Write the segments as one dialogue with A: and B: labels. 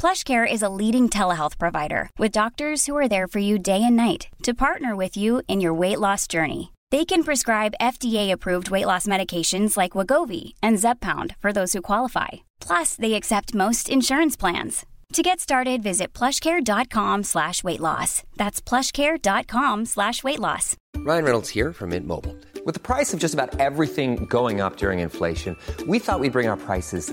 A: PlushCare is a leading telehealth provider with doctors who are there for you day and night to partner with you in your weight loss journey. They can prescribe FDA-approved weight loss medications like Wagovi and Zepbound for those who qualify. Plus, they accept most insurance plans. To get started, visit plushcare.com slash weight loss. That's plushcare.com slash weight loss.
B: Ryan Reynolds here from Mint Mobile. With the price of just about everything going up during inflation, we thought we'd bring our prices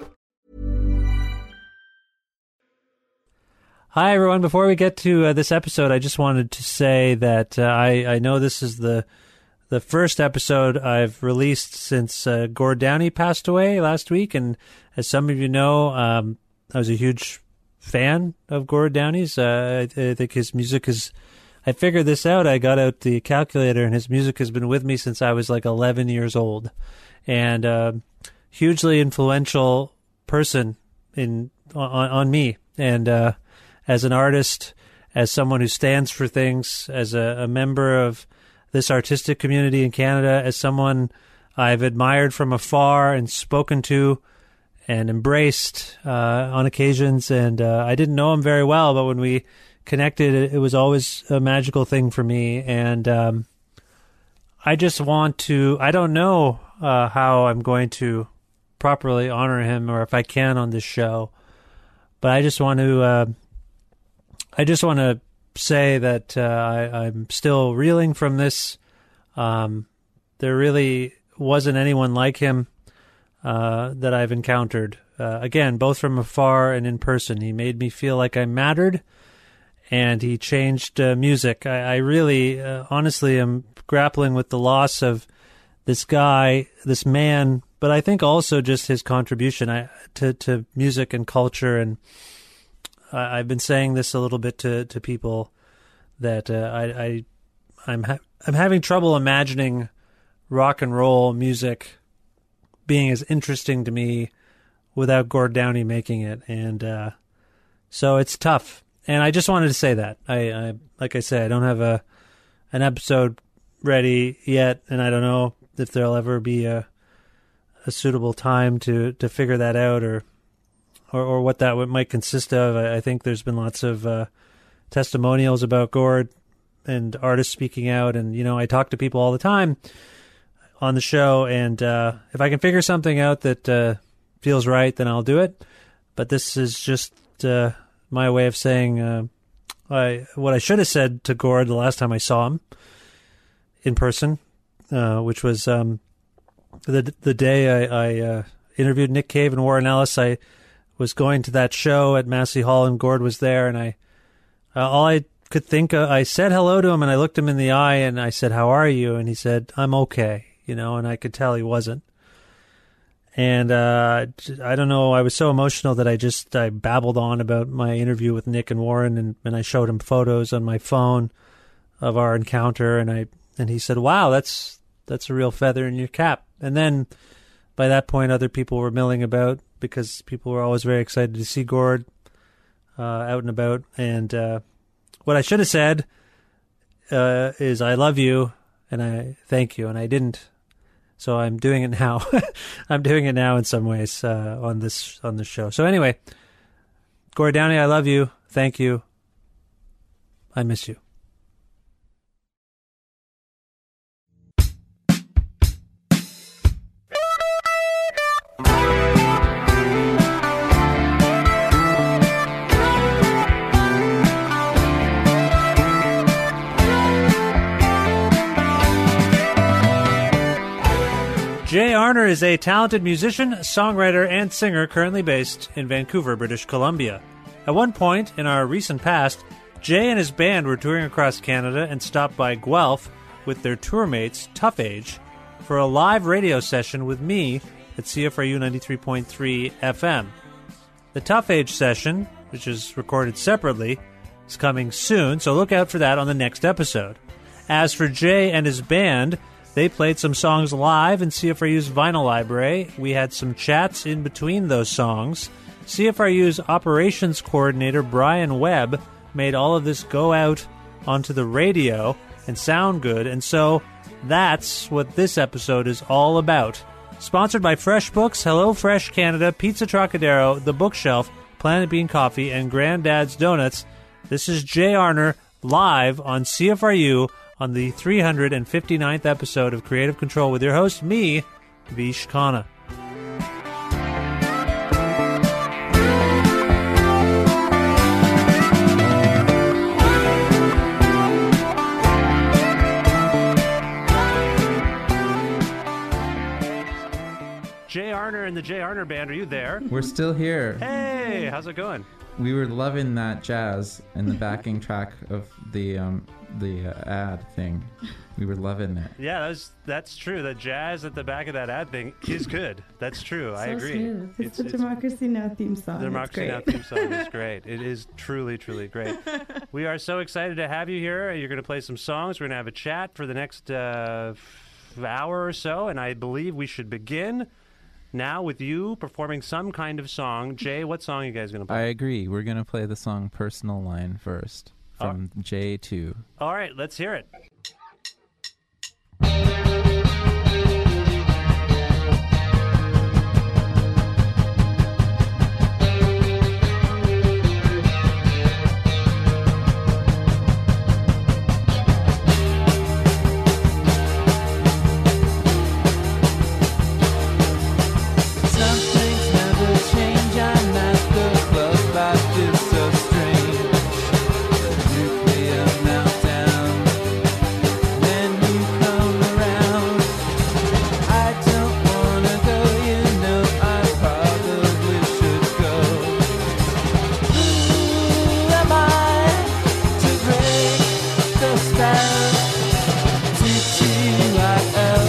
C: Hi, everyone. Before we get to uh, this episode, I just wanted to say that uh, I, I know this is the the first episode I've released since uh, Gord Downey passed away last week. And as some of you know, um, I was a huge fan of Gord Downey's. Uh, I, I think his music is. I figured this out. I got out the calculator, and his music has been with me since I was like 11 years old. And um hugely influential person in on, on me and uh, as an artist as someone who stands for things as a, a member of this artistic community in canada as someone i've admired from afar and spoken to and embraced uh, on occasions and uh, i didn't know him very well but when we connected it, it was always a magical thing for me and um, I just want to. I don't know uh, how I'm going to properly honor him, or if I can on this show. But I just want to. Uh, I just want to say that uh, I, I'm still reeling from this. Um, there really wasn't anyone like him uh, that I've encountered. Uh, again, both from afar and in person, he made me feel like I mattered and he changed uh, music. I, I really, uh, honestly, am grappling with the loss of this guy, this man, but I think also just his contribution I, to to music and culture. And I, I've been saying this a little bit to to people that uh, I, I I'm ha- I'm having trouble imagining rock and roll music being as interesting to me without Gord Downey making it, and uh, so it's tough. And I just wanted to say that I, I like I say I don't have a an episode ready yet, and I don't know if there'll ever be a a suitable time to to figure that out or or, or what that would- might consist of. I, I think there's been lots of uh, testimonials about Gord and artists speaking out, and you know I talk to people all the time on the show, and uh, if I can figure something out that uh, feels right, then I'll do it. But this is just uh, my way of saying uh, I, what I should have said to Gord the last time I saw him in person, uh, which was um, the the day I, I uh, interviewed Nick Cave and Warren Ellis. I was going to that show at Massey Hall, and Gord was there, and I uh, all I could think of, I said hello to him, and I looked him in the eye, and I said, "How are you?" And he said, "I'm okay," you know, and I could tell he wasn't. And uh, j- I don't know. I was so emotional that I just I babbled on about my interview with Nick and Warren, and, and I showed him photos on my phone of our encounter, and I and he said, "Wow, that's that's a real feather in your cap." And then by that point, other people were milling about because people were always very excited to see Gord uh, out and about. And uh, what I should have said uh, is, "I love you," and I thank you, and I didn't. So I'm doing it now. I'm doing it now in some ways uh, on this on this show. So anyway, Gord Downey, I love you. Thank you. I miss you. JR Garner is a talented musician, songwriter, and singer currently based in Vancouver, British Columbia. At one point in our recent past, Jay and his band were touring across Canada and stopped by Guelph with their tourmates, Tough Age, for a live radio session with me at CFRU 93.3 FM. The Tough Age session, which is recorded separately, is coming soon, so look out for that on the next episode. As for Jay and his band, they played some songs live in CFRU's vinyl library. We had some chats in between those songs. CFRU's operations coordinator, Brian Webb, made all of this go out onto the radio and sound good, and so that's what this episode is all about. Sponsored by FreshBooks, Hello Fresh Canada, Pizza Trocadero, The Bookshelf, Planet Bean Coffee, and Granddad's Donuts, this is Jay Arner live on CFRU on the 359th episode of Creative Control with your host, me, Vish Khanna. Jay Arner and the Jay Arner Band, are you there?
D: We're still here.
C: Hey, how's it going?
D: We were loving that jazz and the backing track of the um, the uh, ad thing. We were loving it.
C: Yeah, that's that's true. The jazz at the back of that ad thing is good. That's true. I
E: so
C: agree.
E: smooth. It's, the Democracy Now! theme song.
C: The Democracy Now!
E: it's
C: theme song is great. It is truly, truly great. we are so excited to have you here. You're going to play some songs. We're going to have a chat for the next uh, f- hour or so, and I believe we should begin now with you performing some kind of song. Jay, what song are you guys going to
D: I
C: play?
D: agree. We're gonna play the song "Personal Line" first from J2.
C: All right, let's hear it.
D: Some things never change. I'm at the club. Life is so strange. Nuclear meltdown. Then you come around. I don't wanna go. You know I probably should go. Who am I to break the spell? T-T-Y-L.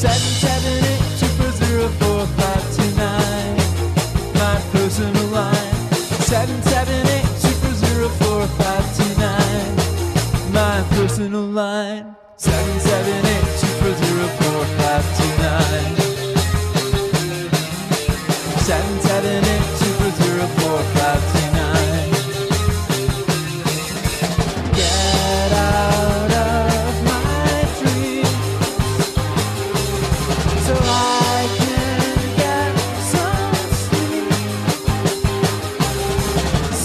D: Seven, seven, eight, two, four, zero, four, five, two, nine. My personal line. Seven, seven, eight, two, four, zero, four, five, two, nine. My personal line. Seven, seven, eight, two, four, zero, four, five, two, nine. Seven, seven, eight, two, four, zero, four, five, two, nine. Get out of my dreams. So I can get some sleep.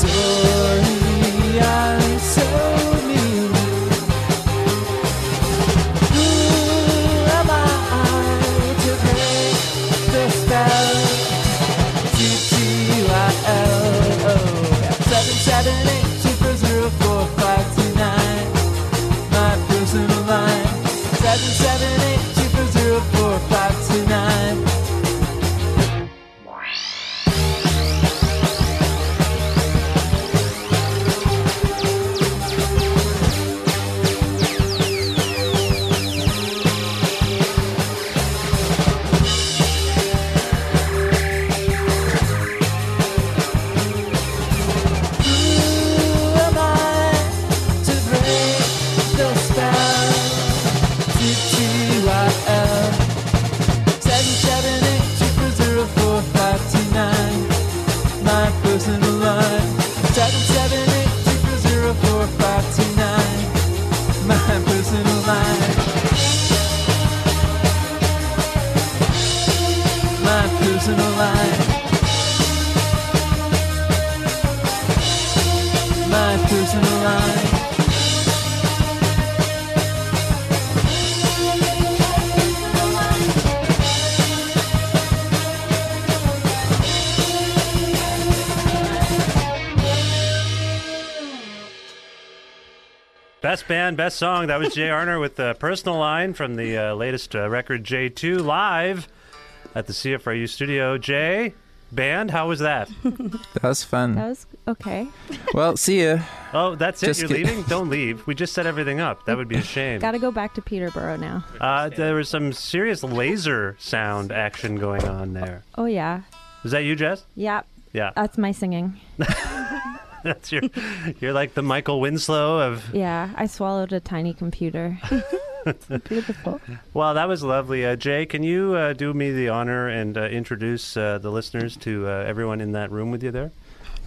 D: Sorry, I'm so mean. Who am I to break the spell? T-T-Y-L-O. Seven, seven, eight, two, four, zero, four, five, two, nine. My personal line. Seven, seven, eight, two, four, zero, four, five, two, nine. Who am I to break the spell? T-T-Y-L. Seven, seven, eight, two, four, zero, four, five, two, nine. My personal line. Seven, seven, eight, two, four, zero, four, five, two, nine. My personal line. My personal line. my personal line.
C: Best band, best song. That was Jay Arner with the personal line from the uh, latest uh, record J2 live at the CFRU studio. Jay, band, how was that?
F: That was fun.
G: That was okay.
F: Well, see ya.
C: Oh, that's it.
F: Just
C: You're
F: kidding.
C: leaving? Don't leave. We just set everything up. That would be a shame.
G: Got to go back to Peterborough now.
C: Uh, there was some serious laser sound action going on there.
G: Oh yeah,
C: Was that you, Jess?
G: yeah.
C: Yeah,
G: That's my singing.
C: that's your. You're like the Michael Winslow of.
G: Yeah, I swallowed a tiny computer. It's beautiful.
C: Well, that was lovely, uh, Jay. Can you uh, do me the honor and uh, introduce uh, the listeners to uh, everyone in that room with you there?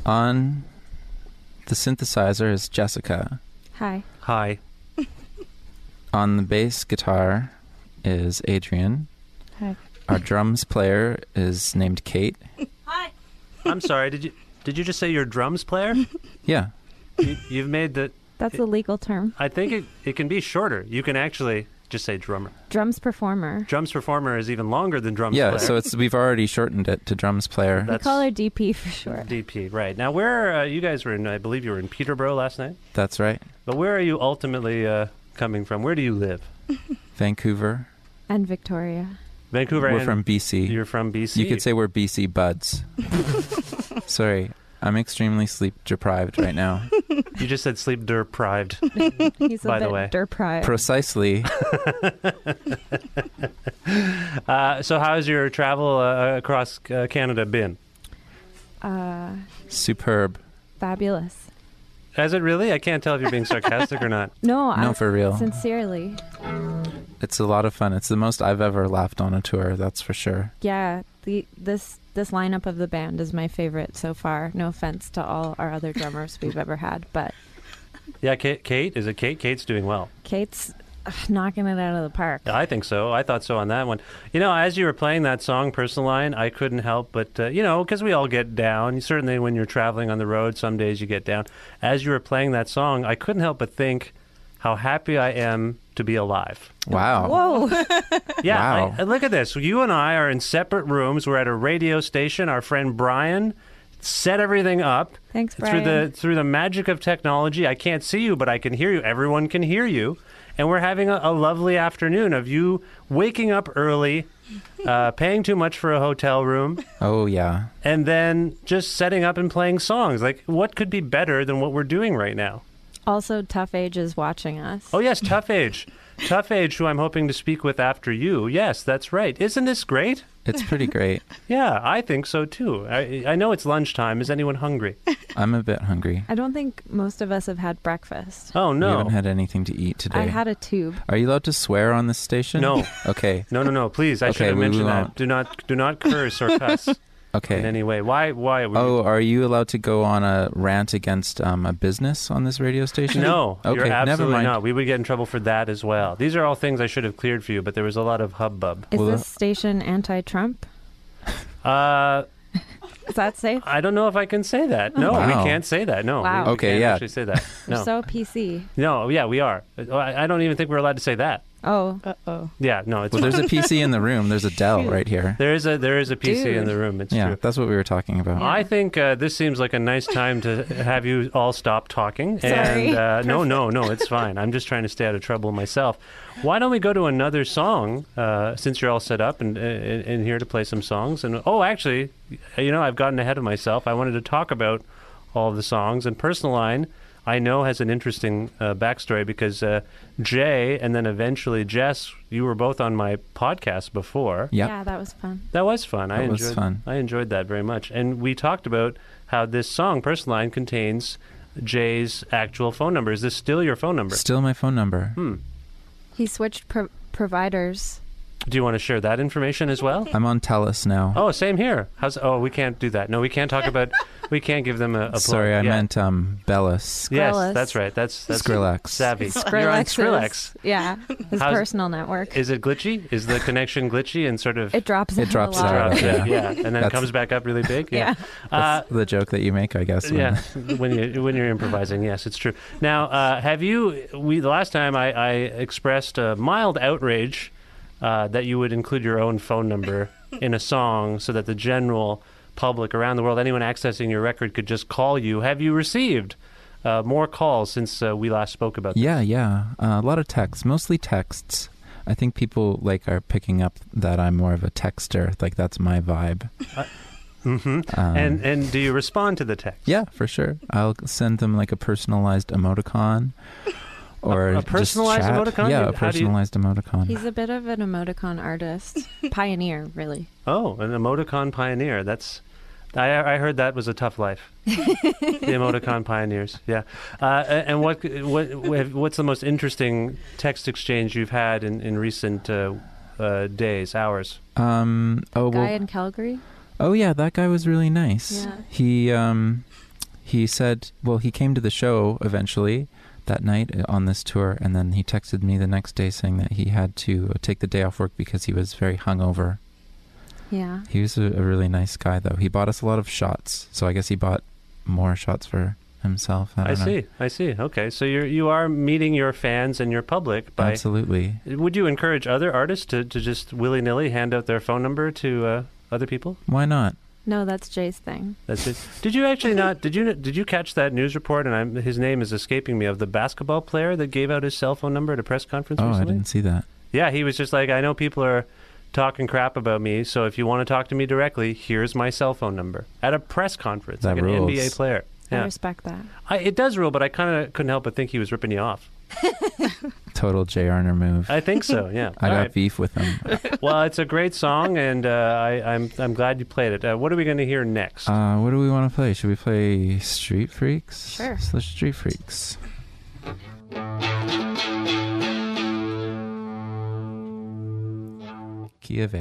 F: On the synthesizer is Jessica.
G: Hi.
C: Hi.
F: On the bass guitar is Adrian.
G: Hi.
F: Our drums player is named Kate.
C: I'm sorry. Did you did you just say your drums player?
F: Yeah.
C: You, you've made the.
G: That's a legal term.
C: I think it, it can be shorter. You can actually just say drummer.
G: Drums performer.
C: Drums performer is even longer than drums
F: yeah,
C: player.
F: so it's we've already shortened it to drums player.
G: We
C: That's-
G: call her DP for short.
C: DP. Right now, where uh, you guys were in? I believe you were in Peterborough last night.
F: That's right.
C: But where are you ultimately uh, coming from? Where do you live?
F: Vancouver.
G: And Victoria.
C: Vancouver.
F: We're
C: and
F: from BC.
C: You're from BC.
F: You could say we're BC buds. Sorry, I'm extremely sleep deprived right now.
C: you just said sleep deprived.
G: He's a
C: By the
G: bit
C: way.
G: deprived.
F: Precisely.
C: uh, so, how's your travel uh, across uh, Canada been?
G: uh,
F: Superb.
G: fabulous.
C: Has it really? I can't tell if you're being sarcastic or not.
G: No,
F: No,
G: I'm
F: for real.
G: sincerely.
F: It's a lot of fun. It's the most I've ever laughed on a tour, that's for sure.
G: Yeah, the this this lineup of the band is my favorite so far. No offense to all our other drummers we've ever had, but
C: Yeah, Kate, Kate is it Kate? Kate's doing well.
G: Kate's uh, knocking it out of the park.
C: Yeah, I think so. I thought so on that one. You know, as you were playing that song, Personal Line, I couldn't help but, uh, you know, because we all get down. Certainly when you're traveling on the road, some days you get down. As you were playing that song, I couldn't help but think how happy I am to be alive.
F: Wow.
G: Whoa,
C: Yeah,
F: Wow.
C: I- I- look at this. You and I are in separate rooms. We're at a radio station. Our friend Brian set everything up.
G: Thanks,
C: Through the
G: Brian.
C: through the magic of technology, I can't see you, but I can hear you. Everyone can hear you, and we're having a, a lovely afternoon of you waking up early, uh, paying too much for a hotel room,
F: Oh, yeah.
C: and then just setting up and playing songs. Like, what could be better than what we're doing right now?
G: also tough age is watching us.
C: Oh yes, Tough Age, Tough Age, who I'm hoping to speak with after you. Yes, that's right. Isn't this great?
F: It's pretty great.
C: Yeah, I think so too. I, I know it's lunchtime. Is anyone hungry?
F: I'm a bit hungry.
G: I don't think most of us have had breakfast.
C: Oh
F: We
C: no,
F: haven't had anything to eat today.
G: I had a tube.
F: Are you allowed to swear on this station?
C: No.
F: Okay.
C: no, no, no. Please, I
F: Okay,
C: should have
F: we- we
C: mentioned that.
F: won't.
C: Do not, do not curse or cuss
F: Okay.
C: in any way. Why, why? Were you-
F: Oh, are you allowed to go on a rant against um, a business on this radio station?
C: no,
F: Okay,
C: you're
F: never
C: absolutely
F: mind.
C: not. We would get in trouble for that as well. These are all things I should have cleared for you, but there was a lot of hubbub.
G: Is
F: Well,
G: this station anti-Trump?
C: Uh,
G: Is that safe?
C: I don't know if I can say that. No, we
F: Wow.
C: can't say that. No, we-
G: Wow.
C: we,
F: Okay,
C: can't
F: yeah.
C: actually say that. No,
G: So PC.
C: no, yeah, we are. I, I don't even think we're allowed to say that.
G: Oh,
E: Uh-oh.
C: Yeah, no, it's
F: Well, there's a PC in the room. There's a Dell right here.
C: there is a there is a PC in
G: Dude.
C: the room. It's
F: yeah,
C: true.
F: that's what we were talking about.
C: I think uh, this seems like a nice time to have you all stop talking.
G: Sorry.
C: And uh, no, no, no, it's fine. I'm just trying to stay out of trouble myself. Why don't we go to another song uh, since you're all set up and, and, and here to play some songs? And oh, actually, you know, I've gotten ahead of myself. I wanted to talk about all the songs and personal line. I know has an interesting uh, backstory because uh, Jay and then eventually Jess, you were both on my podcast before.
F: Yep.
G: yeah, that was fun.
C: That was fun. I
F: That was
C: enjoyed.
F: fun.
C: I enjoyed that very much. And we talked about how this song, "Personal Line," contains Jay's actual phone number. Is this still your phone number?
F: Still my phone number.
C: Hmm.
G: He switched pro- providers.
C: Do you want to share that information as well?
F: I'm on Telus now.
C: Oh, same here. How's? Oh, we can't do that. No, we can't talk about. We can't give them a. a plug.
F: Sorry, I
C: Yeah.
F: meant um, Bellus.
C: Yes,
G: Skrillex.
C: that's right. That's, that's
F: Skrillex.
C: Savvy. You're on Skrillex.
G: Skrillex's- Yeah, his
C: How's-
G: personal network.
C: Is it glitchy? Is the connection glitchy and sort of
G: it drops.
F: It
G: out a
F: drops
G: lot.
F: out.
C: drops
F: Yeah.
C: out? Yeah, and then it
F: That's-
C: comes back up really big. Yeah. Uh,
F: That's the joke that you make, I guess. when-
C: yeah, when you when you're improvising, yes, it's true. Now, uh, have you? We the last time I, I expressed a mild outrage uh, that you would include your own phone number in a song, so that the general public around the world, anyone accessing your record, could just call you. Have you received uh, more calls since uh, we last spoke about.
F: Yeah, yeah. Uh, a lot of texts, mostly texts. I think people like are picking up that I'm more of a texter. Like that's my vibe.
C: hmm
F: Um,
C: and and do you respond to the text?
F: Yeah, for sure. I'll send them like a personalized emoticon, or
C: a
F: just
C: personalized
F: chat.
C: emoticon?
F: Yeah, a
C: How do you-
F: personalized emoticon.
G: He's a bit of an emoticon artist, pioneer, really.
C: Oh, an emoticon pioneer. That's I, I heard that was a tough life. the emoticon pioneers. Yeah. Uh, a- and what what what's the most interesting text exchange you've had in in recent uh, uh, days, hours?
F: Um. Oh
G: Guy
F: well.
G: in Calgary.
F: Oh yeah, that guy was really nice.
G: Yeah.
F: He um, he said, well, he came to the show eventually that night uh, on this tour, and then he texted me the next day saying that he had to uh, take the day off work because he was very hungover.
G: Yeah.
F: He was a, a really nice guy, though. He bought us a lot of shots, so I guess he bought more shots for himself. I,
C: I,
F: don't know.
C: see. I see. Okay. So you you are meeting your fans and your public by
F: Absolutely.
C: Would you encourage other artists to, to just willy nilly hand out their phone number to uh, other people?
F: Why not?
G: No, that's Jay's thing.
C: That's it. Did you actually
F: Mm-hmm.
C: not? Did you did you catch that news report? And I'm, his name is escaping me of the basketball player that gave out his cell phone number at a press conference
F: Oh, I
C: recently.
F: didn't see that.
C: Yeah, he was just like, I know people are talking crap about me, so if you want to talk to me directly, here's my cell phone number at a press conference,
F: That
C: like
F: rules.
C: an NBA player.
G: I
C: Yeah,
G: respect that.
C: I, it does rule, but I kind of couldn't help but think he was ripping you off.
F: Total J. Arner move.
C: I think so. Yeah.
F: I
C: All
F: got
C: right.
F: beef with him.
C: well, it's a great song, and uh, I, I'm I'm glad you played it. Uh, what are we going to hear next?
F: uh, what do we want to play? Should we play Street Freaks?
G: Sure.
F: Slash Street Freaks. Kiev.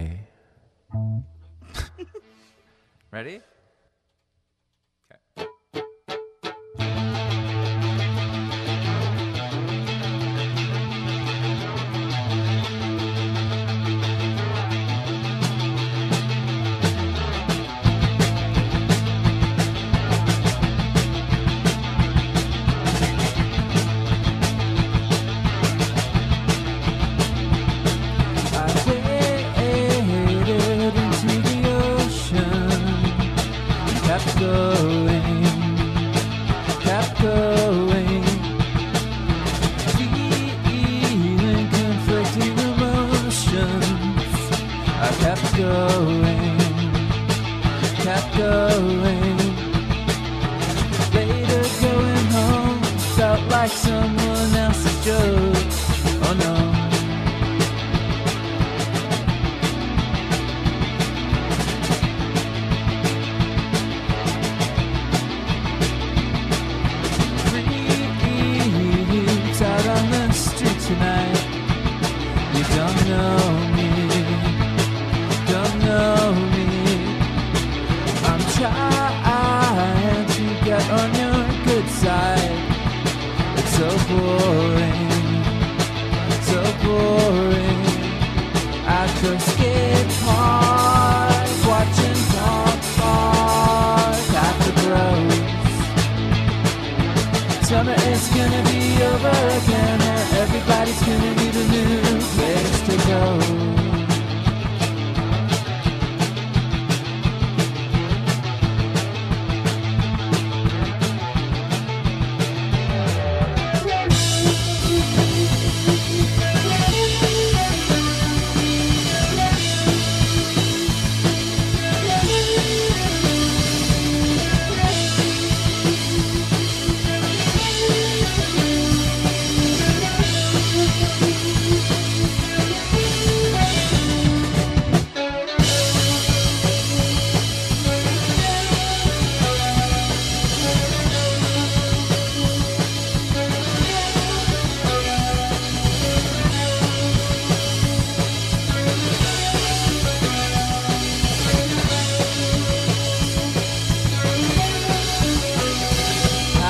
F: Ready?
D: I waded into the ocean, kept going, kept going, feeling conflicting emotions. I kept going, kept going. Later going home felt like someone else's joke. Oh no. freaks out on the street tonight. You don't know me, don't know me. I'm trying to get on your good side. It's so boring, so boring. At the skate park, watching Park Park at the Grove. Summer is gonna be over again, and everybody's gonna need a new place to go.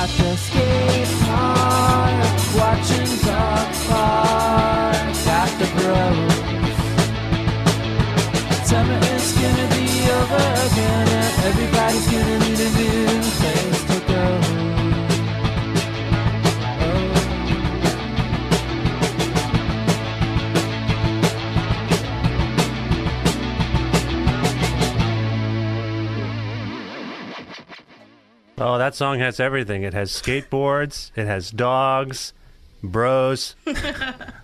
D: At the skate park, watching dog park at the grove. Summer is gonna be over again, and uh, everybody's gonna need a new place to go. Oh.
C: Oh, that song has everything. It has skateboards. It has dogs, bros. Love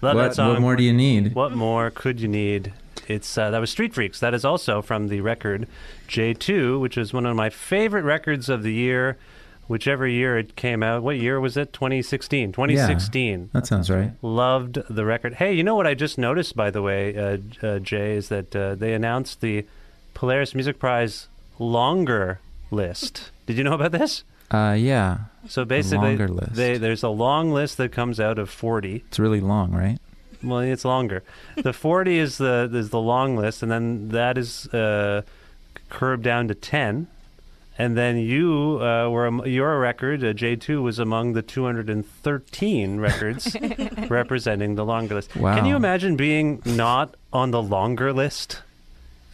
F: What-
C: that song.
F: what more do you need?
C: What more could you need? It's uh, that was Street Freaks. That is also from the record J2, which is one of my favorite records of the year, whichever year it came out. What year was it? 2016. 2016.
F: That sounds right.
C: Loved the record. Hey, you know what I just noticed, by the way, uh, uh, Jay, is that uh, they announced the Polaris Music Prize longer list. Did you know about this?
F: Uh, yeah.
C: So basically,
F: longer list.
C: They, there's a long list that comes out of 40.
F: It's really long, right?
C: Well, it's longer. The 40 is the is the long list, and then that is uh, curbed down to 10. And then you uh, were am- your record uh, J2 was among the 213 records representing the longer list. Can
F: Wow.
C: you imagine being not on the longer list?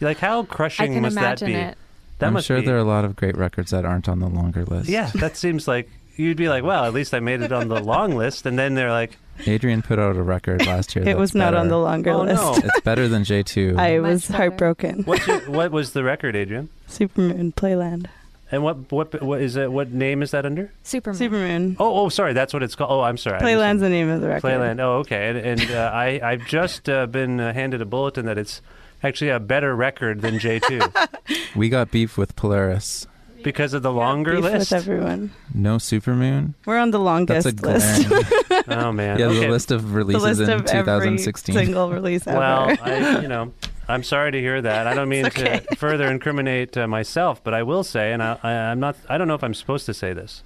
C: Like how crushing
G: can
C: must that
G: imagine
C: be?
G: it.
C: That
F: I'm
C: must
F: sure
C: be.
F: there are a lot of great records that aren't on the longer list.
C: Yeah, that seems like you'd be like, well, at least I made it on the long list. And then they're like,
F: Adrian put out a record last year.
H: It
F: that's
H: was not on
F: better.
H: the longer
C: Oh,
H: list.
C: no.
F: It's better than J2.
H: I
G: Much
H: was
G: better.
H: heartbroken.
C: what's your, what was the record, Adrian?
H: Supermoon Playland.
C: And what what what is it? What name is that under?
G: Superman.
H: Supermoon.
C: Oh, oh, sorry, that's what it's called. Oh, I'm sorry. I
H: Playland's
C: mis-
H: the name of the record.
C: Playland. Oh, okay. And, and uh, I I've just uh, been uh, handed a bulletin that it's actually a better record than J2
F: we got beef with Polaris.
C: because of the longer
H: Beef
C: list.
H: with everyone.
F: No Supermoon.
H: We're on the longest
F: That's a
H: list.
F: glaring.
C: oh man.
F: yeah,
C: okay.
F: the list of
H: the
F: releases
H: list
F: in
H: of every
F: 2016.
H: single release ever.
C: Well, I, you know, I'm sorry to hear that. I don't mean
H: It's
C: to
H: okay.
C: further incriminate uh, myself, but I will say, and I, I, I'm not, I don't know if I'm supposed to say this,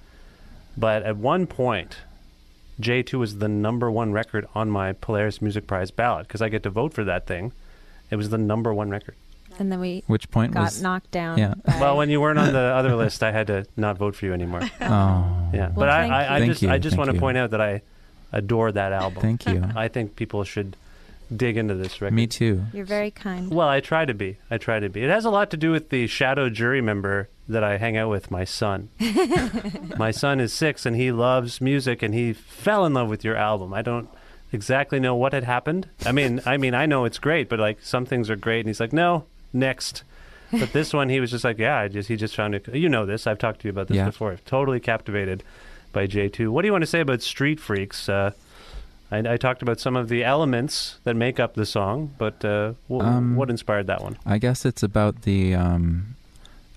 C: but at one point, J2 was the number one record on my Polaris Music Prize ballot because I get to vote for that thing. It was the number one record.
G: And then we
F: Which point
G: got
F: was?
G: knocked down.
F: Yeah.
G: by-
C: Well, when you weren't on the other list, I had to not vote for you anymore.
F: Oh,
C: Yeah,
G: Well,
C: but I,
G: thank you.
C: I, I
F: Thank
C: just,
F: you,
C: I just
F: thank
C: want to
F: you.
C: point out that I adore that album.
F: thank you.
C: I think people should dig into this record.
F: Me too.
G: You're very kind.
C: Well, I try to be. I try to be. It has a lot to do with the shadow jury member that I hang out with, my son. my son is six and he loves music and he fell in love with your album. I don't exactly know what had happened. I mean, I mean, I know it's great, but like some things are great, and he's like, no, next. But this one, he was just like, yeah, I just he just found it. You know this. I've talked to you about this
F: Yeah.
C: before. Totally captivated by J two. What do you want to say about Street Freaks? Uh, I, I talked about some of the elements that make up the song, but uh, wh-
F: Um,
C: what inspired that one?
F: I guess it's about the um,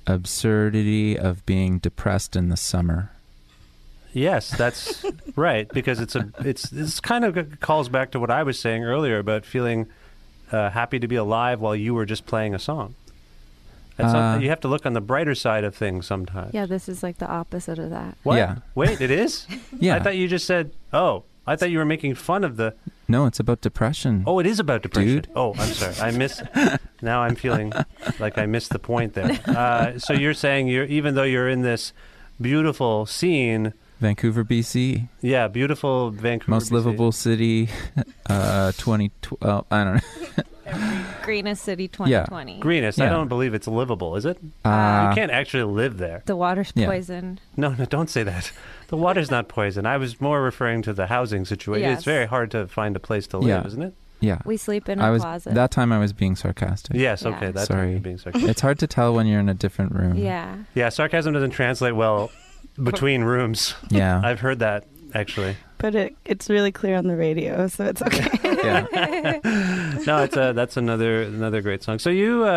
F: absurdity of being depressed in the summer.
C: Yes, that's right because it's a it's this kind of calls back to what I was saying earlier about feeling uh, happy to be alive while you were just playing a song. That's some-
F: Uh,
C: you have to look on the brighter side of things sometimes.
G: Yeah, this is like the opposite of that.
C: What?
F: Yeah.
C: Wait, it is?
F: Yeah.
C: I thought you just said, "Oh, I thought you were making fun of the
F: No, it's about depression.
C: Oh, it is about depression.
F: Dude.
C: Oh, I'm sorry. I miss. now I'm feeling like I missed the point there. Uh, so you're saying you're even though you're in this beautiful scene,
F: Vancouver, BC,
C: yeah, beautiful Vancouver,
F: most
C: BC.
F: livable city, uh, 2012. I don't know.
G: Greenest City
F: Yeah.
G: 2020.
C: Greenest. I
F: Yeah.
C: don't believe it's livable, is it?
F: Uh,
C: you can't actually live there.
G: The water's
F: Yeah.
G: poisoned.
C: No, no, don't say that. The water's not poison. I was more referring to the housing situation. It's
G: Yes.
C: very hard to find a place to live,
F: Yeah.
C: isn't it?
F: yeah.
G: We sleep in a
F: I was
G: closet.
F: that time. I was being sarcastic.
C: Yes.
G: Yeah.
C: Okay. That's
F: Sorry.
C: being sarcastic.
F: It's hard to tell when you're in a different room.
G: yeah.
C: yeah, sarcasm doesn't translate well between rooms.
F: Yeah.
C: I've heard that actually.
H: but it, it's really clear on the radio, so it's okay.
F: yeah.
C: no, it's a, that's another another great song. So you, uh,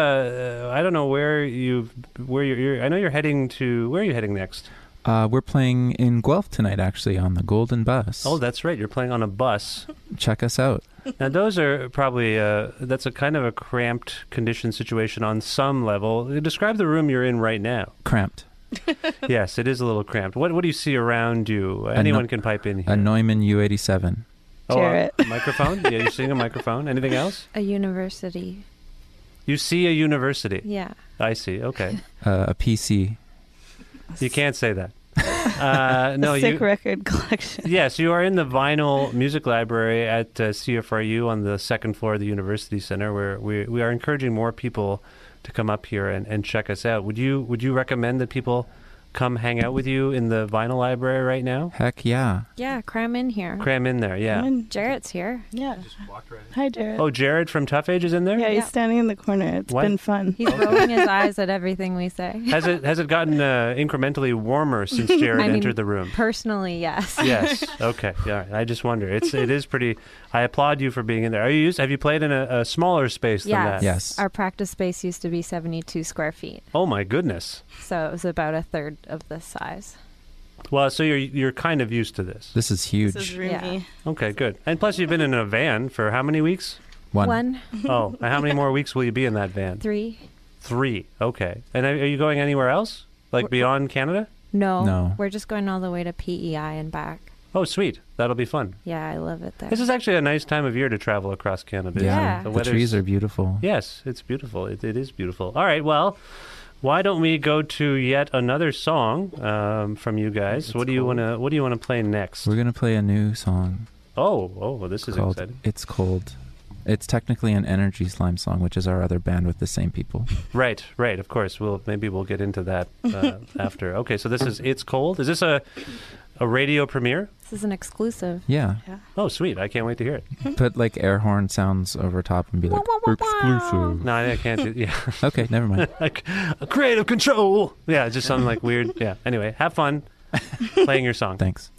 C: uh, I don't know where you where you're, you're. I know you're heading to. Where are you heading next?
F: Uh, we're playing in Guelph tonight, actually, on the Golden Bus.
C: Oh, that's right. You're playing on a bus.
F: Check us out.
C: now those are probably uh, that's a kind of a cramped condition situation on some level. Describe the room you're in right now.
F: Cramped.
C: yes, it is a little cramped. What what do you see around you?
F: no-
C: Anyone can pipe in here.
F: A Neumann U87.
C: oh, a
H: Jarrett.
C: microphone. Yeah, you're seeing a microphone. Anything else?
G: A university.
C: You see a university.
G: Yeah.
C: I see. Okay,
F: Uh, a PC.
C: you can't say that. Uh, no,
H: a sick
C: you,
H: record collection.
C: Yes, you are in the vinyl music library at uh, CFRU on the second floor of the University Center, where we, we are encouraging more people to come up here and, and check us out. Would you would you recommend that people come hang out with you in the vinyl library right now?
F: Heck yeah.
G: Yeah, cram in here.
C: Cram in there, yeah.
G: in. Jarrett's here.
H: Yeah. Hi, Jared.
C: Oh, Jared from Tough Age is in there?
H: yeah, he's standing in the corner. It's
C: What?
H: been fun.
G: He's rolling his eyes at everything we say.
C: Has it has it gotten uh, incrementally warmer since Jared
G: I mean,
C: entered the room?
G: Personally, yes.
C: yes. Okay. All right. I just wonder. It's it is pretty. I applaud you for being in there. Are you used? Have you played in a, a smaller space than
G: yes.
C: that?
G: Our practice space used to be 72 square feet,
C: Oh my goodness.
G: so it was about a third of this size.
C: Well, so you're you're kind of used to this.
F: This is huge.
G: roomy.
C: Okay. Good. And plus, you've been in a van for how many weeks?
G: One. One.
C: Oh, and how many more weeks will you be in that van?
G: Three.
C: Three. Okay. And are are you going anywhere else? Like beyond Canada?
G: No,
C: No.
G: We're just going all the way to PEI and back.
C: Oh, sweet. That'll be fun.
G: Yeah, I love it there.
C: This is actually a nice time of year to travel across Canada. isn't it?
G: Yeah.
C: The,
F: The
C: weather's-
F: trees are beautiful.
C: Yes, it's beautiful. It, it is beautiful. All right, well, why don't we go to yet another song um, from you guys? what do you want to What do you want to play next?
F: We're going to play a new song
C: Oh, oh, well, this is
F: called
C: exciting.
F: It's Cold. It's technically an Energy Slime song, which is our other band with the same people.
C: Right, right. Of course, we'll maybe we'll get into that uh, after. Okay, so this is "It's Cold." Is this a a radio premiere?
G: This is an exclusive.
F: Yeah.
C: Oh, sweet! I can't wait to hear it.
F: Put like air horn sounds over top and be like, exclusive.
C: No, I can't do. Yeah.
F: Okay, never mind.
C: like creative control. Yeah, just some like weird. Yeah. Anyway, have fun playing your song.
F: Thanks.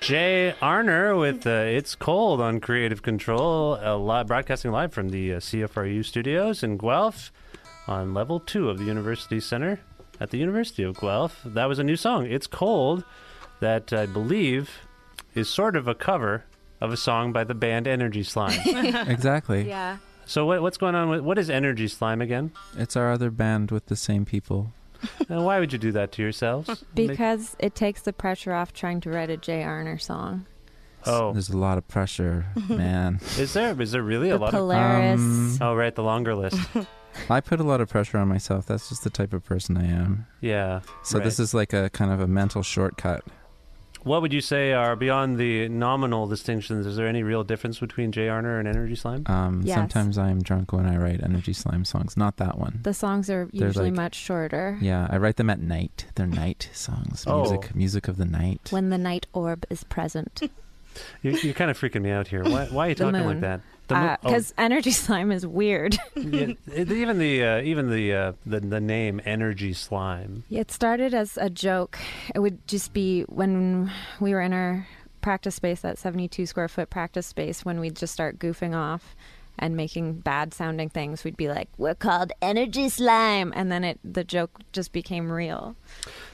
C: Jay Arner with uh, It's Cold on Creative Control, uh, live, broadcasting live from the uh, CFRU studios in Guelph on level two of the University Center at the University of Guelph. That was a new song, It's Cold, that I believe is sort of a cover of a song by the band Energy Slime.
F: Exactly.
G: Yeah.
C: So what, what's going on with what is Energy Slime again?
F: It's our other band with the same people.
C: And why would you do that to yourselves?
G: Because it takes the pressure off trying to write a J. Arner song.
C: Oh.
F: There's a lot of pressure, man.
C: is there is there really a
G: The
C: lot
G: Polaris.
F: Um,
C: of Oh right, the longer list.
F: I put a lot of pressure on myself. That's just the type of person I am.
C: Yeah,
F: So this
C: right.
F: is like a kind of a mental shortcut.
C: What would you say are beyond the nominal distinctions? Is there any real difference between J. Arner and Energy Slime?
F: Um,
G: Yes.
F: Sometimes I am drunk when I write Energy Slime songs. Not that one.
G: The songs are
F: They're
G: usually
F: like-
G: much shorter.
F: Yeah, I write them at night. They're night songs.
C: Oh.
F: Music, music of the night.
G: When the night orb is present.
C: You're, you're kind of freaking me out here. Why, why are you
G: The
C: talking like
G: moon.
C: that? The moon- oh,
G: Because Uh, energy slime is weird.
C: yeah, it- even the uh, even the, uh, the the name Energy Slime.
G: It started as a joke. It would just be when we were in our practice space, that 72 square foot practice space, when we'd just start goofing off. and making bad sounding things, we'd be like, "We're called Energy Slime," and then it the joke just became real.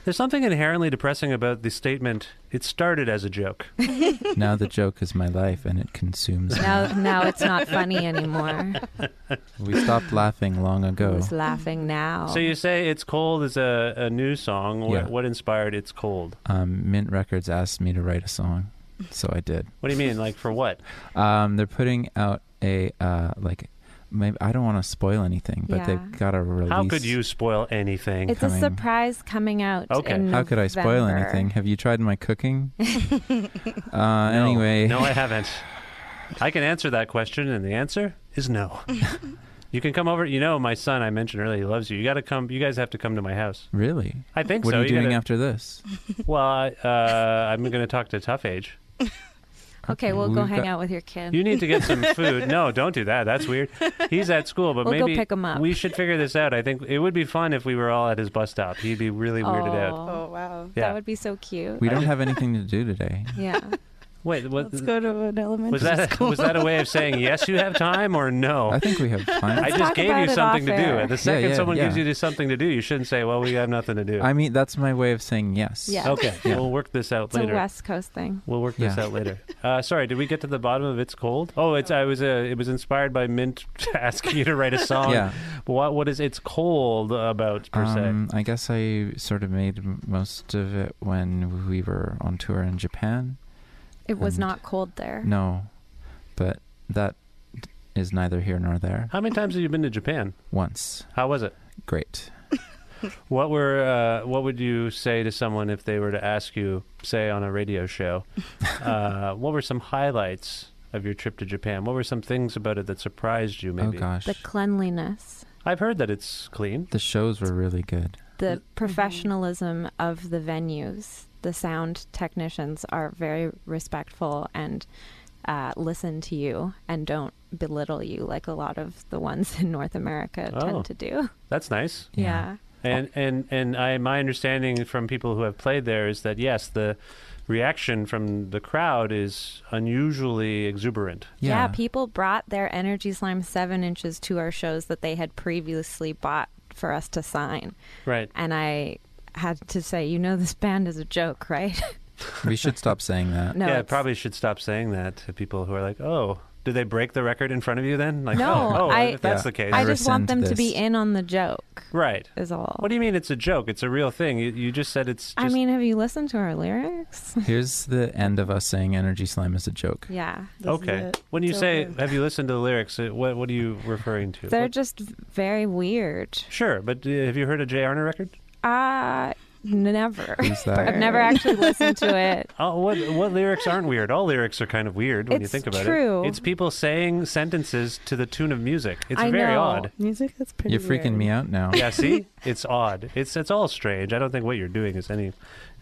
C: There's something inherently depressing about the statement. It started as a joke.
F: now the joke is my life and it consumes me.
G: Now, now it's not funny anymore.
F: We stopped laughing long ago.
G: Who's laughing now?
C: Oh. So you say "It's Cold" is a, a new song. What,
F: Yeah.
C: what inspired "It's Cold"?
F: Um, Mint Records asked me to write a song, so I did.
C: What do you mean? Like for what?
F: Um, they're putting out a uh, like, maybe I don't want to spoil anything, but
G: Yeah.
F: they've got a release.
C: How could you spoil anything?
G: it's a surprise coming out. in
F: How could I spoil
G: November.
F: anything? Have you tried my cooking? uh, Anyway,
C: no, I haven't. I can answer that question, and the answer is no. you can come over. You know, my son I mentioned earlier, he loves you. You got to come. You guys have to come to my house.
F: really.
C: I think
F: What
C: so.
F: are you, doing
C: gotta-
F: after this?
C: Well, I- uh, I'm going to talk to Tough Age.
G: Okay, we'll go
C: We've
G: hang
C: got-
G: out with your kid.
C: You need to get some food. No, don't do that. That's weird. He's at school, but
G: We'll go
C: maybe
G: pick him up.
C: we should figure this out. I think it would be fun if we were all at his bus stop. He'd be really weirded out.
G: Oh wow,
C: Yeah.
G: that would be so cute.
F: We don't have anything to do today.
G: Yeah.
C: Wait, what?
H: Let's go to an elementary
C: Was that
H: school.
C: was that a way of saying yes, you have time, or no? I
F: think we have time.
C: I
F: Let's
C: just
F: talk
C: gave
F: about
C: you
F: it
C: something to
F: off
C: do.
F: air.
C: And the
F: Yeah,
C: second
F: yeah,
C: someone
F: yeah.
C: gives you something to do, you shouldn't say, "Well, we have nothing to do."
F: I mean, that's my way of saying yes.
G: Yeah.
C: Okay, we'll work this out
G: It's
C: later.
G: a West Coast thing.
C: We'll work this
F: Yeah.
C: out later. Uh, sorry, did we get to the bottom of it's cold? Oh, it's I was uh, it was inspired by Mint asking you to write a song.
F: Yeah.
C: But what what is it's cold about per se?
F: Um, I guess I sort of made m- most of it when we were on tour in Japan.
G: It was
F: And-
G: not cold there.
F: No, but that d- is neither here nor there.
C: How many times have you been to Japan?
F: Once,
C: How was it?
F: great.
C: What were uh, what would you say to someone if they were to ask you, say on a radio show, uh, what were some highlights of your trip to Japan? What were some things about it that surprised you? Maybe.
F: Oh gosh,
G: The cleanliness,
C: I've heard that it's clean.
F: the shows were really good.
G: the
C: Mm-hmm.
G: professionalism of the venues, the sound technicians are very respectful and uh, listen to you and don't belittle you like a lot of the ones in North America
C: Oh.
G: tend to do.
C: That's nice.
G: Yeah.
C: And and and I my understanding from people who have played there is that yes, the reaction from the crowd is unusually exuberant.
G: Yeah.
F: Yeah.
G: people brought their Energy Slime 7 inches to our shows that they had previously bought for us to sign.
C: Right.
G: And I had to say, you know, this band is a joke, right?
F: We should stop saying that.
G: no,
C: yeah, I
G: it's-
C: probably should stop saying that to people who are like, "Oh, did they break the record in front of you then?" Like,
G: no,
C: oh, oh,
G: I,
C: if that's
F: Yeah.
C: the case.
G: I
F: Never
G: just want them
F: send
G: to be
F: this.
G: in on the joke,
C: right.
G: is all.
C: What do you mean it's a joke? It's a real thing. You, you just said it's
G: I
C: just
G: mean, have you listened to our lyrics?
F: Here's the end of us saying energy slime is a joke.
G: yeah.
H: This is
C: Okay.
H: it.
C: When you
H: It's
C: say,
H: over.
C: "Have you listened to the lyrics?" uh, What what are you referring to?
G: They're
C: What-
G: just very weird.
C: sure, but uh, have you heard a Jay Arner record?
G: Uh, never.
F: Who's that?
G: I've never actually listened to it.
C: Oh, what what lyrics aren't weird? All lyrics are kind of weird when you
G: It's
C: think about
G: true.
C: it. It's people saying sentences to the tune of music. It's
G: I
C: very
G: know.
C: odd.
H: music is pretty.
F: You're freaking
H: weird.
F: me out now.
C: Yeah, see, it's odd. It's it's all strange. I don't think what you're doing is any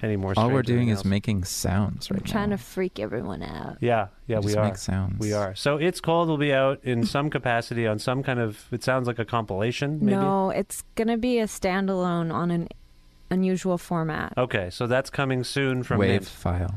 C: any more.
F: All we're
C: strange than
F: doing is
C: anything
F: making sounds right
G: I'm trying
F: now.
G: to freak everyone out.
C: else. Yeah, yeah, we
F: just
C: are.
F: make sounds.
C: We are. So it's cold. Will be out in some capacity on some kind of. It sounds like a compilation. Maybe.
G: No, it's gonna be a standalone on an unusual format.
C: Okay, so that's coming soon from
F: Wave file.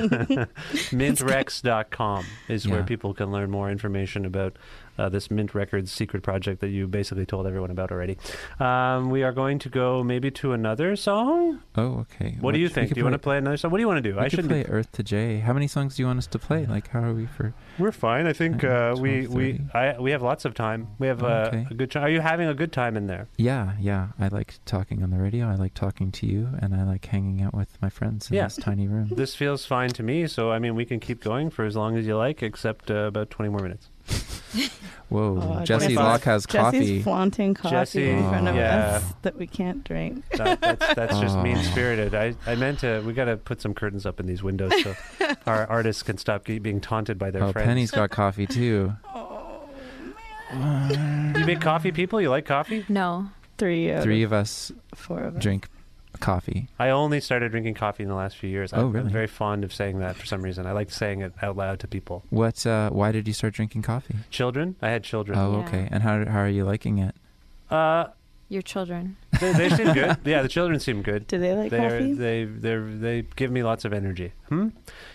C: Mint, mintrex.com is where
F: Yeah.
C: people can learn more information about uh, this Mint Records secret project that you basically told everyone about already. Um, we are going to go maybe to another song.
F: Oh, okay.
C: What do you
F: we
C: think?
F: could
C: Do you want to
F: play?
C: play another song? What do you want to do?
F: We
C: I
F: could
C: shouldn't.
F: play Earth to J. How many songs do you want us to play? Like, how are we for?
C: We're fine. I think uh,
F: Uh,
C: we we
F: 12:30.
C: I, we have lots of time. We have uh,
F: Okay.
C: a good time. Are you having a good time in there?
F: Yeah, yeah. I like talking on the radio. I like talking to you, and I like hanging out with my friends in
C: Yeah.
F: this tiny room.
C: This feels fine to me. So I mean, we can keep going for as long as you like, except uh, about twenty more minutes.
F: Whoa,
H: Oh,
F: Jesse
H: Jesse's-
F: Locke has
H: Jesse's
F: coffee.
H: flaunting coffee
C: Jesse,
H: in front of
C: yeah.
H: us that we can't drink.
C: That, that's that's just
F: Oh.
C: mean spirited. I, I meant to. We got to put some curtains up in these windows so our artists can stop ge- being taunted by their
F: oh,
C: friends.
F: Penny's got coffee too.
H: Oh,
C: You big coffee people. You like coffee?
G: No,
H: Three, out
F: Three of us
H: of four of us.
F: drink coffee.
C: I only started drinking coffee in the last few years.
F: Oh,
C: I'm,
F: really?
C: I'm very fond of saying that for some reason. I like saying it out loud to people.
F: What? Uh, why did you start drinking coffee?
C: Children. I had children.
F: Oh,
G: Yeah.
F: okay. And how how are you liking it? Oh.
C: Uh,
G: your children.
C: they, they seem good. Yeah, the children seem good.
H: Do they like
C: They're,
H: coffee?
C: they they they give me lots of energy. Hmm?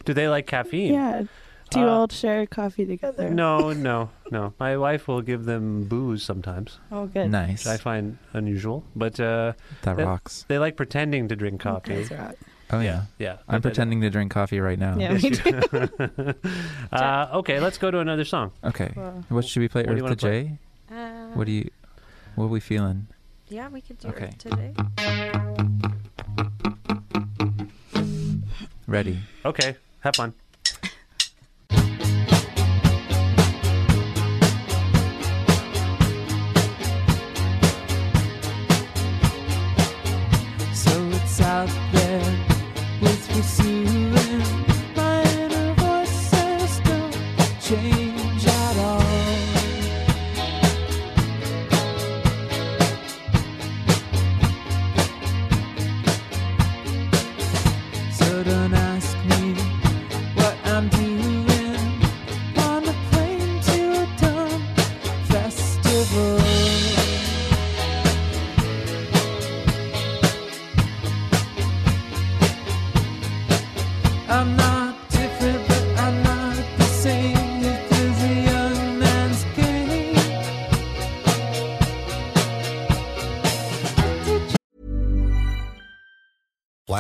C: Do they like caffeine?
H: yeah, Do you
C: Uh,
H: all share coffee together?
C: No, no, no. My wife will give them booze sometimes.
H: Oh, good.
F: Nice.
C: Which I find unusual, but uh,
F: That
C: they-
F: rocks.
C: They like pretending to drink coffee.
H: That's right.
F: Oh yeah.
C: Yeah.
F: I'm
C: But uh, then-
F: pretending to drink coffee right now.
H: Yeah, me too.
C: uh, okay, let's go to another song.
F: Okay.
H: Wow.
F: What should we play?
C: What do you
F: Earth to
C: wanna play?
F: J.
I: Uh,
F: What do you? What are we feeling?
I: Yeah, we could do
F: Okay. Uh-huh.
I: it today.
F: Ready.
C: Okay, have fun.
J: So it's out there, it's pursuing my inner voices don't change at all. So don't ask me what I'm doing on the plane to a dumb festival. I'm not different, but I'm not the same. It is a young man's game.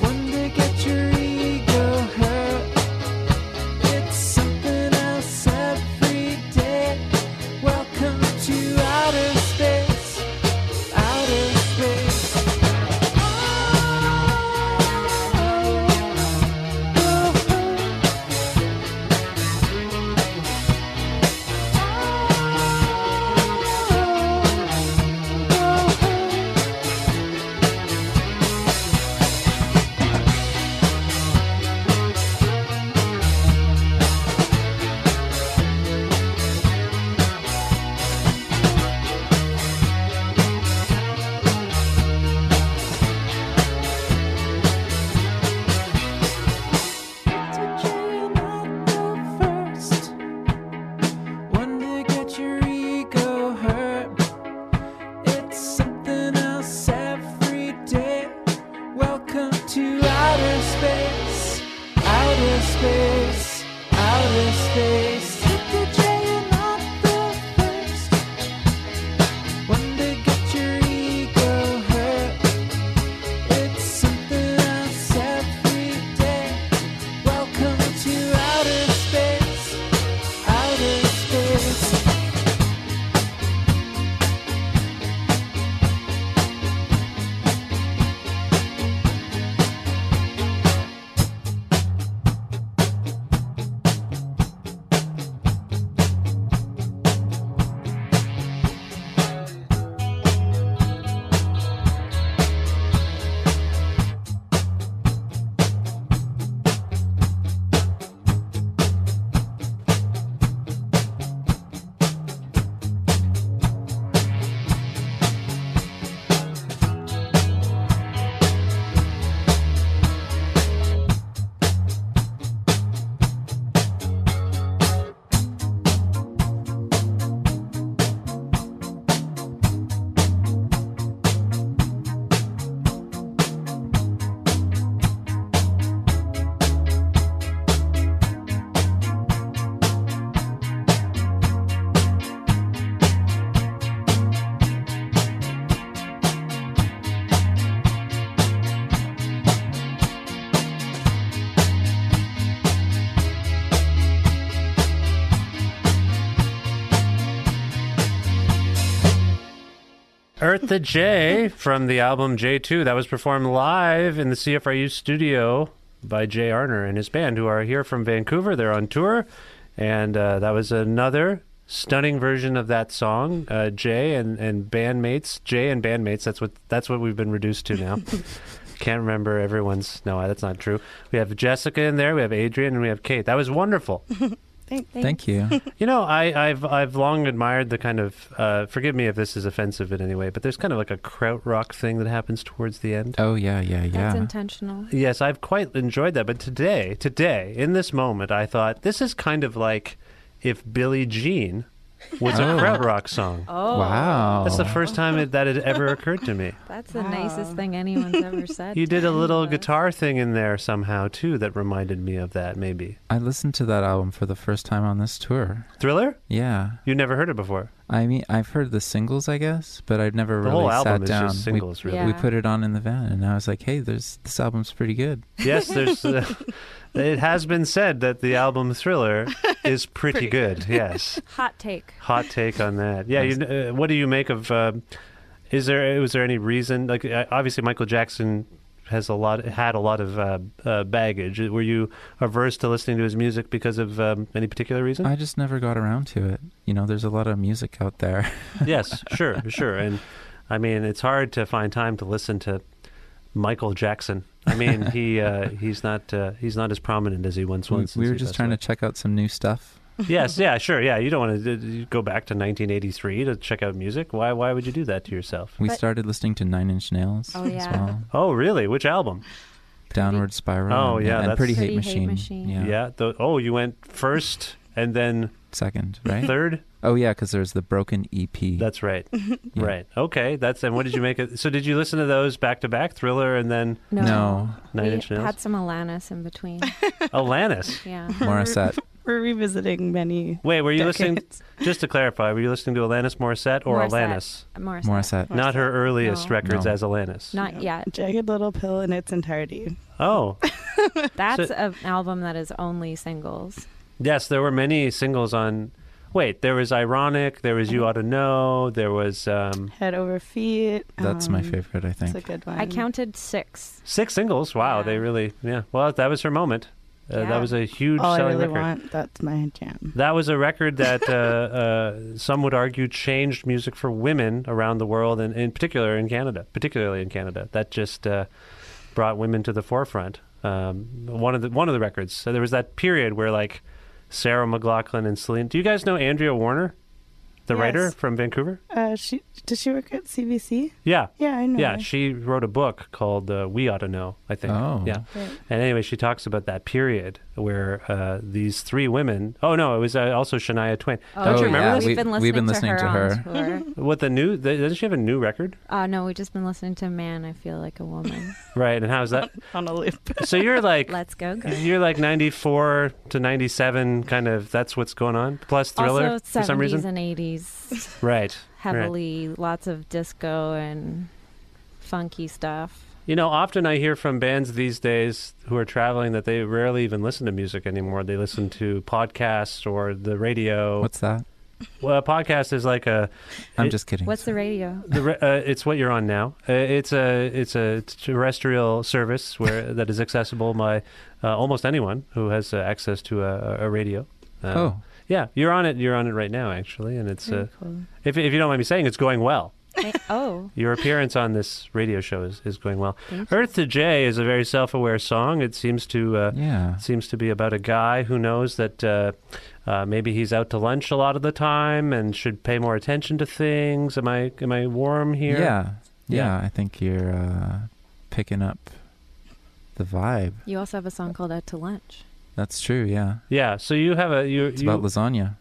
J: One day get your ego hurt. It's something else every day. Welcome to outer space. Outer space. first. One to get your ego hurt. It's something else every day. Welcome to outer space, outer space, outer space. Hit the J and not the first. One to get your ego hurt. It's something else every day. Welcome to outer space, outer space.
C: Eartha J from the album J2. That was performed live in the CFRU studio by Jay Arner and his band, who are here from Vancouver. They're on tour. And uh, that was another stunning version of that song. Uh, Jay and, and bandmates. Jay and bandmates. That's what, that's what we've been reduced to now. Can't remember everyone's. No, that's not true. We have Jessica in there. We have Adrian and we have Kate. That was wonderful.
G: Thank,
F: Thank you.
C: you know, I, I've I've long admired the kind of uh, forgive me if this is offensive in any way, but there's kind of like a krautrock thing that happens towards the end.
F: Oh yeah, yeah,
G: That's intentional.
C: Yes, I've quite enjoyed that. But today, today, in this moment, I thought this is kind of like if Billie Jean was a
F: Oh.
C: krautrock song.
G: Oh. Wow.
C: that's the first time it, that it ever occurred to me.
G: That's the nicest thing anyone's ever said.
C: You
G: to
C: did a
G: any
C: little
G: of us.
C: guitar thing in there somehow too that reminded me of that. Maybe
F: I listened to that album for the first time on this tour.
C: Thriller.
F: Yeah.
C: You never heard it before.
F: I mean, I've heard the singles, I guess, but I've never
C: The
F: really
C: whole
F: sat
C: album is just
F: down.
C: singles,
F: we,
C: really.
F: we
C: Yeah.
F: put it on in the van, and I was like, "Hey, there's this album's pretty good."
C: Yes, there's. Uh, it has been said that the album Thriller is pretty,
G: Pretty
C: good.
G: good.
C: Yes,
G: Hot take.
C: hot take on that. Yeah, you, kn- uh, what do you make of? Uh, is there was there any reason? Like uh, obviously, Michael Jackson has a lot had a lot of uh, uh, baggage. Were you averse to listening to his music because of um, any particular reason?
F: I just never got around to it. You know, there's a lot of music out there.
C: yes, sure, sure. And I mean, it's hard to find time to listen to Michael Jackson. I mean, he uh, he's not uh, he's not as prominent as he once
F: we,
C: was.
F: we
C: since
F: were
C: he
F: just
C: passed
F: trying to check out some new stuff.
C: yes, yeah, sure, yeah. You don't want to go back to 1983 to check out music. Why? Why would you do that to yourself?
F: We started listening to Nine Inch Nails
G: Oh,
F: as
G: yeah.
F: well,
C: Oh, really? Which album?
F: Downward Spiral.
C: Oh,
F: and,
C: yeah,
F: and
C: that's-
F: Pretty,
G: Pretty
F: Hate
G: Hate
F: Machine.
G: Machine.
F: Yeah.
C: the, oh, you went first and then
F: second, right?
C: third.
F: Oh yeah, because there's the Broken EP.
C: That's right.
F: Yeah.
C: Right. Okay. That's and what did you make it? So did you listen to those back to back? Thriller and then
G: No.
F: No.
C: Nine
G: we
C: Inch Nails.
G: had some Alanis in between.
C: Alanis.
G: Yeah.
F: Morissette.
H: We're revisiting many.
C: Wait, were you listening?
H: Decades.
C: Just to clarify, were you listening to Alanis Morissette or Alanis?
G: Morissette. Morissette.
F: Morissette.
C: Not her earliest
G: No.
C: records
F: No.
C: as Alanis.
G: Not yet.
H: Jagged Little Pill in its entirety.
C: Oh,
G: That's
C: So-
G: an album that is only singles.
C: Yes, there were many singles on. Wait, there was "Ironic." There was
H: Mm-hmm.
C: "You Ought to Know." There was um,
H: Head over feet.
F: That's my
H: um,
F: favorite, I
H: It's a
F: think.
H: good one.
G: I counted six.
C: six singles. Wow,
G: Yeah.
C: they really. Yeah. Well, that was her moment. Uh,
G: Yeah.
C: That was a huge
H: All Oh, I
C: selling
H: really
C: record.
H: want. That's my jam.
C: That was a record that uh, uh, some would argue changed music for women around the world, and in particular in Canada. Particularly in Canada, that just uh, brought women to the forefront. Um, one of the one of the records. So there was that period where like Sarah McLaughlin and Celine. Do you guys know Andrea Warner, the
H: Yes.
C: writer from Vancouver?
H: Uh, she does she work at CBC?
C: Yeah.
H: Yeah, I know.
C: Yeah,
H: her.
C: she wrote a book called uh, "We Ought to Know," I think.
F: Oh.
C: yeah. And anyway, she talks about that period where uh, these three women. Oh no, it was uh, also Shania Twain. Don't
F: Oh,
C: you remember
F: yeah.
C: this?
G: We've been listening,
F: We- we've been listening
G: to
F: to
G: her. on tour.
C: What the new? The, doesn't she have a new record?
G: uh, no, we've just been listening to "Man, I Feel Like a Woman."
C: Right. And how's that?
H: on a loop.
C: So you're like.
G: Let's go, girl.
C: You're like 94 to 97, kind of. That's what's going on. Plus Thriller
G: also,
C: for some
G: seventies
C: reason,
G: and eighties,
C: right? right.
G: heavily, lots of disco and funky stuff.
C: You know, often I hear from bands these days who are traveling that they rarely even listen to music anymore. They listen to podcasts or the radio.
F: What's that?
C: Well, a podcast is like a.
F: I'm
C: it-
F: just kidding.
G: What's the radio?
C: The, re- uh, it's what you're on now. Uh, it's a it's a terrestrial service where that is accessible by uh, almost anyone who has uh, access to a, a radio. Uh,
F: Oh.
C: yeah, you're on it. You're on it right now, actually, and it's uh,
H: Very cool.
C: if if you don't mind me saying, it's going well.
G: Wait, oh,
C: Your appearance on this radio show is, is going well. Earth to J is a very self aware song. It seems to uh,
F: Yeah.
C: seems to be about a guy who knows that uh, uh, maybe he's out to lunch a lot of the time and should pay more attention to things. Am I am I warm
F: Yeah.
C: here?
F: yeah.
C: Yeah.
F: I think you're uh, picking up the vibe.
G: you also have a song called "Out to Lunch."
F: That's true. Yeah.
C: Yeah, So you have a you.
F: It's about lasagna.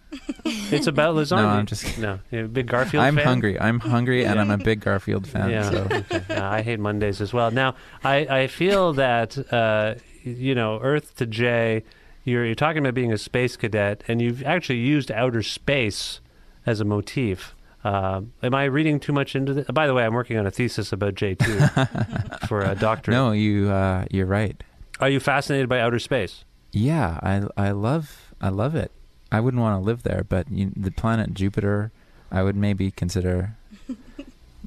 C: it's about lasagna.
F: No, I'm just kidding.
C: no. You're a big Garfield.
F: I'm
C: fan?
F: hungry. I'm hungry, and
C: Yeah.
F: I'm a big Garfield fan.
C: yeah.
F: So
C: Okay. Uh, I hate Mondays as well. Now, I, I feel that, uh, you know, Earth to J, you're, you're talking about being a space cadet, and you've actually used outer space as a motif. Uh, am I reading too much into this? By the way, I'm working on a thesis about J2 for a doctorate.
F: no, you uh, you're right.
C: Are you fascinated by outer space?
F: Yeah, I I love I love it. I wouldn't want to live there, but you, the planet Jupiter, I would maybe consider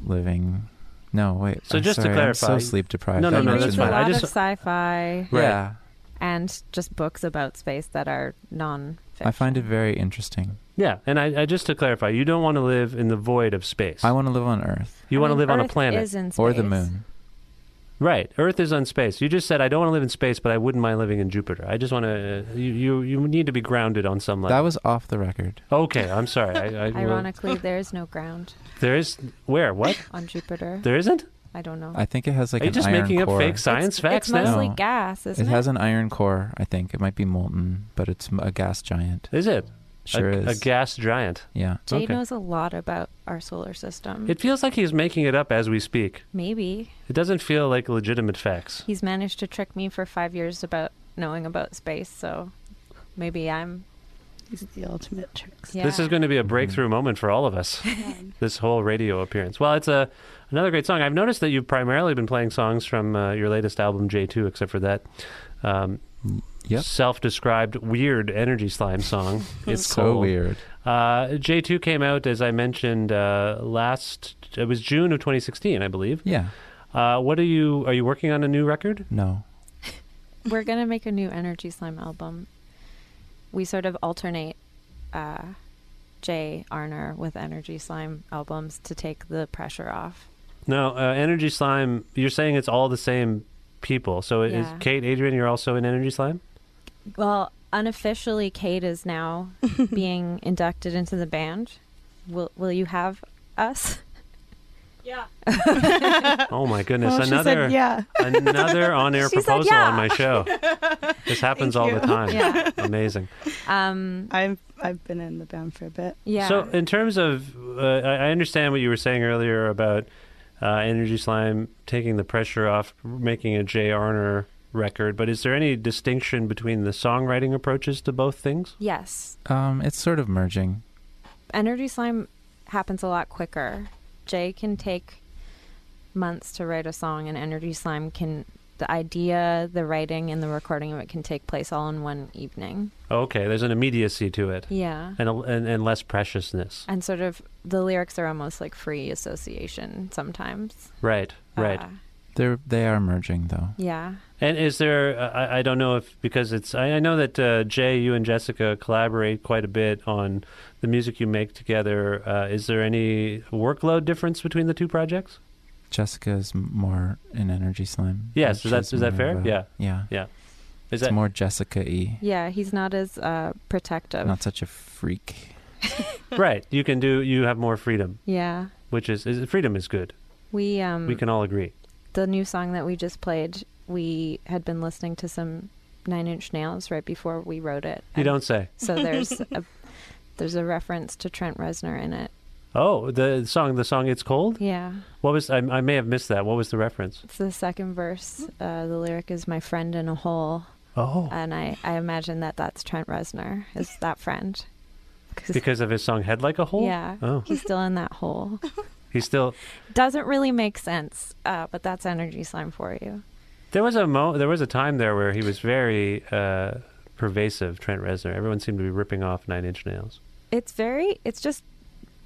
F: living. No, wait.
C: So
F: I'm
C: just to
F: sorry, I'm
C: clarify-
F: so sleep deprived.
C: No, no,
F: I
C: no,
F: mentioned
C: that's
F: that.
G: a lot of sci-fi,
F: Yeah.
G: and just books about space that are non.
F: I find it very interesting.
C: Yeah, and I, I just to clarify, you don't want to live in the void of space. I
F: want to live on Earth.
C: You
G: I
C: want to
G: mean,
C: live on a
G: Earth
C: planet
G: is in Or the space. moon.
C: Right, Earth is on space. You just said I don't want to live in space, but I wouldn't mind living in Jupiter. I just want to. You you, you need to be grounded on some level.
F: That was off the record.
C: okay. I'm sorry. I, I, well,
G: Ironically, there is no ground
C: there is where what
G: on Jupiter.
C: there isn't.
G: I don't know.
F: I think it has like
C: Oh. Are you
F: an
C: just
F: iron
C: making up
F: core.
C: fake science It's- facts
G: it's now? mostly gas, isn't
F: it? has an iron core, I think. It might be molten, but it's m- a gas giant.
C: Is it?
F: Sure
C: a,
F: is.
C: a gas giant.
F: Yeah.
G: Jay knows a lot about our solar system.
C: It feels like he's making it up as we speak.
G: Maybe
C: It doesn't feel like legitimate facts.
G: he's managed to trick me for five years about knowing about space, so maybe I'm.
H: He's the ultimate trickster.
C: This is going to be a breakthrough moment for all of us. this whole radio appearance. Well, it's a another great song. I've noticed that you've primarily been playing songs from uh, your latest album J2, except for that um, self-described weird energy slime song. it's
F: So
C: called.
F: weird.
C: Uh, J2 came out as I mentioned uh, last. It was June of 2016, I believe.
F: Yeah.
C: Uh, what are you? Are you working on a new record?
F: No.
G: We're gonna make a new Energy Slime album. We sort of alternate uh, Jay Arner with Energy Slime albums to take the pressure off.
C: No, uh, Energy Slime. You're saying it's all the same people. So it is
G: Yeah.
C: Kate, Adrian. You're also in Energy Slime.
G: Well, unofficially, Kate is now being inducted into the band. Will Will you have us?
C: Oh my goodness!
G: Well, she said
C: another
G: yeah.
C: another on-air
G: She said
C: proposal
G: yeah.
C: on my show. This happens all the
H: you.
C: time.
H: Yeah.
C: Amazing.
G: Um,
H: I've I've been in the band for a bit.
C: So in terms of, uh, I I understand what you were saying earlier about uh, Energy Slime taking the pressure off, making a Jay Arner record. But is there any distinction between the songwriting approaches to both things?
G: Yes,
F: Um, it's sort of merging.
G: energy slime happens a lot quicker. Jay can take months to write a song, and energy slime can the idea, the writing, and the recording of it can take place all in one evening.
C: Okay, there's an immediacy to it.
G: Yeah. Uh,
C: And, a, and and less preciousness.
G: And sort of the lyrics are almost like free association sometimes.
C: Right, right.
F: They're they are merging though.
G: Yeah.
C: And is there? uh, I, I don't know if because it's. I, I know that uh, Jay, you and Jessica collaborate quite a bit on the music you make together. Uh, is there any workload difference between the two projects?
F: Jessica is m- more in energy slime.
C: Yes,
F: She's
C: is that is that
F: more
C: fair?
F: of a-
C: yeah,
F: Yeah.
C: yeah. Is
F: it's
C: that
F: more Jessica E.
G: Yeah, he's not as uh, protective.
F: Not such a freak.
C: right? You can do. You have more freedom,
G: yeah.
C: which is, is freedom is good.
G: We um
C: we can all agree.
G: the new song that we just played, we had been listening to some Nine Inch Nails right before we wrote it.
C: You don't say.
G: So there's a there's a reference to Trent Reznor in it.
C: Oh, the song. The song. It's cold.
G: Yeah,
C: What was? I, I may have missed that. What was the reference?
G: it's the second verse. Uh, the lyric is "My friend in a hole."
C: Oh.
G: and I I imagine that that's Trent Reznor is that friend.
C: Because of his song "Head Like a Hole."
G: Yeah,
C: Oh,
G: he's still in that hole.
C: he's still.
G: Doesn't really make sense, uh, but that's energy slime for you.
C: There was a mo- there was a time there where he was very uh, pervasive. Trent Reznor. Everyone seemed to be ripping off Nine Inch Nails.
G: It's very it's just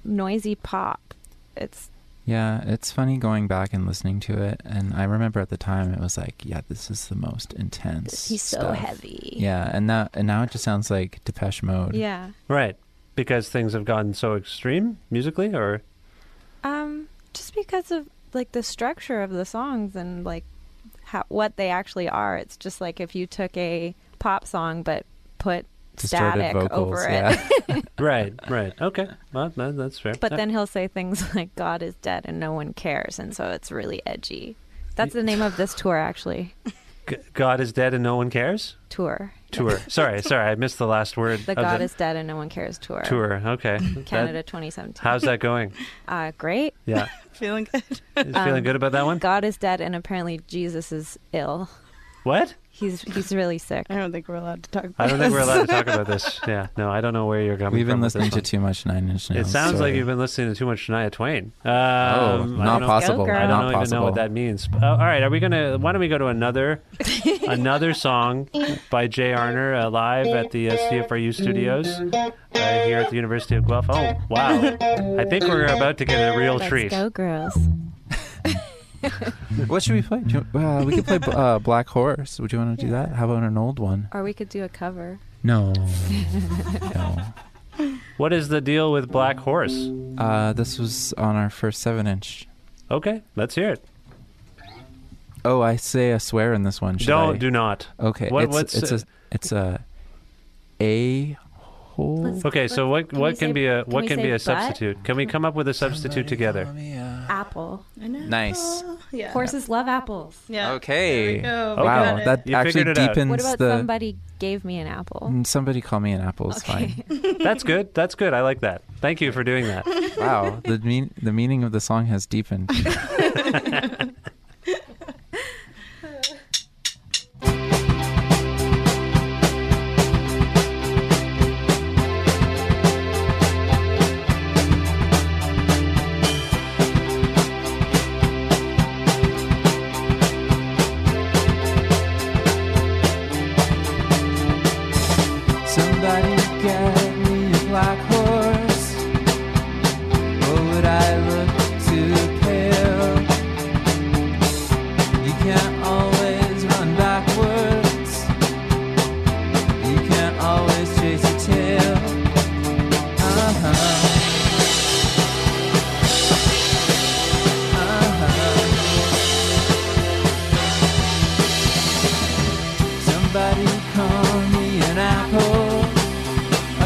G: noisy pop. It's
F: Yeah, it's funny going back and listening to it. And I remember at the time it was like, yeah, this is the most intense.
G: He's so
F: stuff.
G: heavy.
F: Yeah, and now and now it just sounds like Depeche Mode.
G: yeah.
C: Right, because things have gotten so extreme musically, or
G: Um, just because of like the structure of the songs and like how, what they actually are. It's just like if you took a pop song but put
F: Distorted
G: static
F: vocals,
G: over it.
C: right, right. Okay, well, that, that's fair.
G: but
C: Uh,
G: then he'll say things like God is dead and no one cares and so it's really edgy. That's the name of this tour actually.
C: G- God is dead and no one cares.
G: Tour.
C: Tour. sorry, sorry, I missed the last word.
G: The
C: of
G: God is dead and no one cares tour.
C: tour. Okay, That-
G: Canada 2017.
C: how's that going?
G: Uh, great.
C: Yeah,
H: Feeling good.
C: is feeling
G: Um,
C: good about that one.
G: God is dead and apparently Jesus is ill.
C: What?
G: He's he's really sick.
H: I don't think we're allowed to talk. About
C: I don't think we're
H: this.
C: allowed to talk about this. Yeah, no, I don't know where you're coming
F: We've been
C: from with this
F: listening to too
C: one.
F: much Nine Inch Nails.
C: It sounds
F: so-
C: like you've been listening to too much Shania Twain. Um,
F: Oh,
C: I don't
F: not
C: know-
F: possible.
C: I don't
F: Not
C: even know
F: possible.
C: what that means. Uh, all right, are we gonna? Why don't we go to another another song by Jay Arner uh, live at the uh, CFRU studios uh, here at the University of Guelph? Oh, wow! I think we're about to get a real
G: Let's
C: treat.
G: Go girls.
F: what should we play? Do you- uh, we could play uh, Black Horse. Would you want to do that? How about an old one?
G: Or we could do a cover.
F: No.
C: What is the deal with Black Horse?
F: Uh, this was on our first seven inch.
C: Okay, let's hear it.
F: Oh, I say a swear in this one. Should
C: Don't
F: I?
C: do not.
F: Okay.
C: What-
F: it's,
C: what's
F: it's
C: a-
F: a it's a a hole.
C: Okay, so what
G: can we
C: what can
G: say-
C: be a
G: can
C: what
G: we
C: can
G: say
C: be a
G: butt?
C: substitute? Can we come up with a substitute together?
G: Apple.
F: Nice.
H: Yeah.
G: Horses love apples.
H: Yeah.
F: Okay.
H: go. We
F: Wow,
H: got it.
F: that
C: You figured
F: actually
C: it out.
F: deepens
G: What about
F: the.
G: somebody gave me an apple?
F: Mm, Somebody call me an apple is fine.
C: That's good. That's good. I like that. Thank you for doing that.
F: Wow, the mean the meaning of the song has deepened. Somebody get me a black horse. Oh, would I look too pale? You can't always run backwards. You can't always chase a tail. Uh-huh. Somebody call me an apple.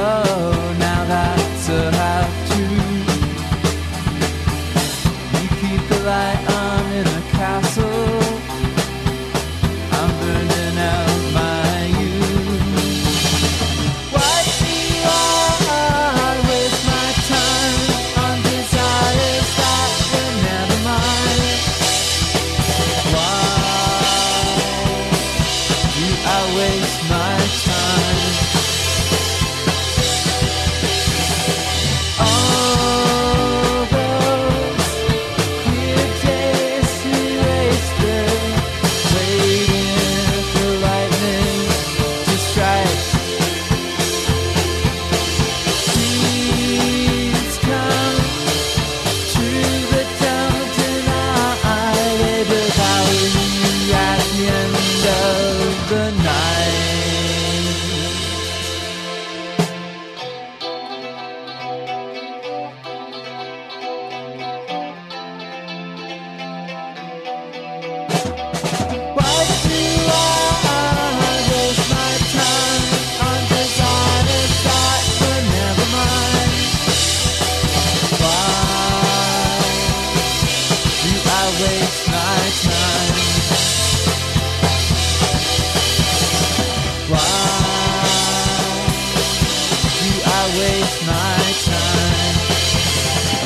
F: Oh, now that's a have to. You keep the light on in a castle. I'm burning out my youth. Why do I waste my time on desires that were never mine? Why? Do I waste my time? All those clear days wasted, waiting for lightning to strike. Seeds come through the dawn tonight, devouring you at the end of the night. Waste my time.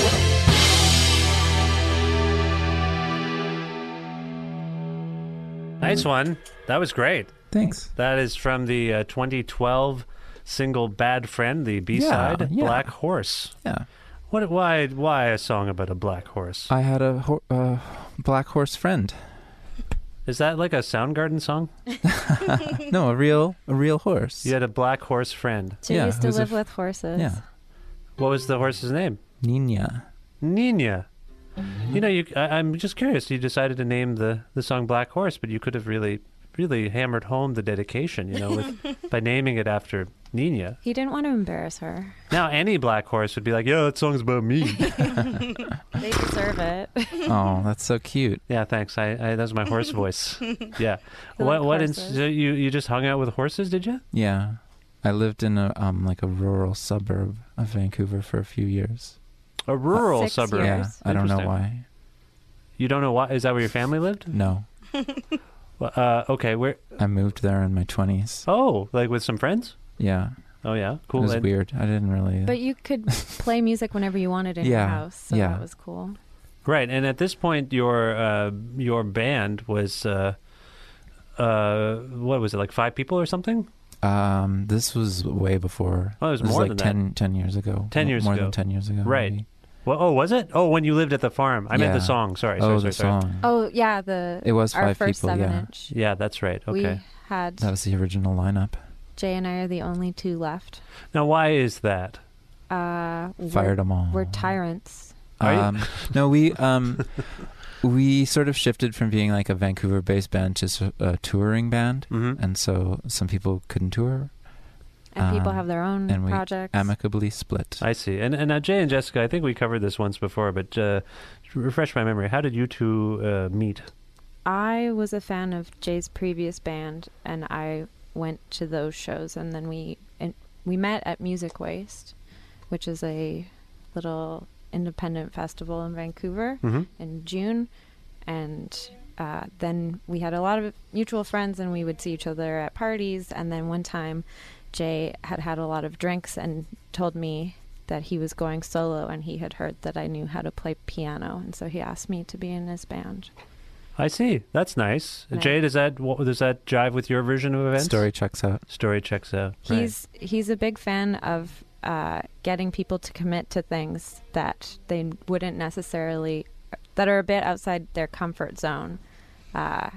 C: Nice one. That was great.
F: Thanks.
C: That is from the uh, 2012 single "Bad Friend," the B-side,
F: yeah.
C: "Black Horse."
F: Yeah.
C: What? Why? Why a song about a black horse?
F: I had a ho- uh, black horse friend.
C: Is that like a Soundgarden song?
F: No, a real a real horse.
C: You had a black horse friend.
G: She
F: Yeah,
G: used to
F: who's a
G: live
F: f-
G: with horses.
F: Yeah.
C: What was the horse's name?
F: Nina.
C: Nina.
G: Mm-hmm.
C: You know, you, I, I'm just curious. You decided to name the, the song Black Horse, but you could have really, really hammered home the dedication, you know, with, by naming it after Nina.
G: He didn't want to embarrass her.
C: Now, any black horse would be like, yo, that song's about me.
G: They deserve it.
F: Oh, that's so cute.
C: yeah, thanks. I, I That was my horse voice. Yeah.
G: I
C: what,
G: like
C: what, in,
G: horses.
C: so you, you just hung out with horses, did you?
F: Yeah. I lived in a um like a rural suburb of Vancouver for a few years.
C: A rural
G: Six
C: suburb.
F: Yeah.
G: Years?
F: I don't know
C: Interesting.
F: why.
C: You don't know why? Is that where your family lived?
F: No.
C: Well, Uh, okay, where?
F: I moved there in my 20s.
C: Oh, like with some friends?
F: Yeah.
C: Oh, yeah.
F: It
C: Cool.
F: was
C: And-
F: weird. I didn't really
G: But you could play music whenever you wanted in your
F: Yeah,
G: house, so
F: yeah.
G: that was cool.
C: Right, and at this point, your uh, your band was uh, uh, what was it like five people or something?
F: Um, this was way before.
C: Oh, it was
F: this
C: more
F: like
C: than that.
F: 10, 10 years ago.
C: Ten
F: Mo-
C: years
F: more
C: ago,
F: than ten years ago.
C: right?
F: maybe.
C: Well, oh, was it? Oh, when you lived at the farm, I meant the
F: Yeah.
C: song. Sorry,
F: Oh, the
C: sorry, sorry, sorry.
F: song.
G: Oh yeah, the
F: It was
G: our
F: five
G: first
F: people,
G: seven
F: yeah.
G: inch.
C: Yeah, that's right.
G: We
C: Okay.
G: had
F: That was the original lineup.
G: Jay and I are the only two left.
C: Now, why is that?
G: Uh, we're-
F: Fired 'em all.
G: We're tyrants.
C: Are you-
F: Um, no, we um, we sort of shifted from being like a Vancouver-based band to s- a touring band,
C: Mm-hmm.
F: and so some people couldn't tour,
G: And people
F: um,
G: have their own
F: and we
G: projects.
F: amicably split.
C: I see. And and now Jay and Jessica, I think we covered this once before, but uh, to refresh my memory. How did you two uh, meet?
G: I was a fan of Jay's previous band, and I went to those shows, and then we and we met at Music Waste, which is a little independent festival in Vancouver
K: Mhm.
G: in June, and uh, then we had a lot of mutual friends, and we would see each other at parties, and then one time, Jay had had a lot of drinks and told me that he was going solo, and he had heard that I knew how to play piano, and so he asked me to be in his band.
C: I see. That's nice.
G: Right.
C: Jay, does that what, does that jive with your version of events?
F: Story checks out.
C: Story checks out.
G: He's he's a big fan of uh, getting people to commit to things that they wouldn't necessarily that are a bit outside their comfort zone, uh,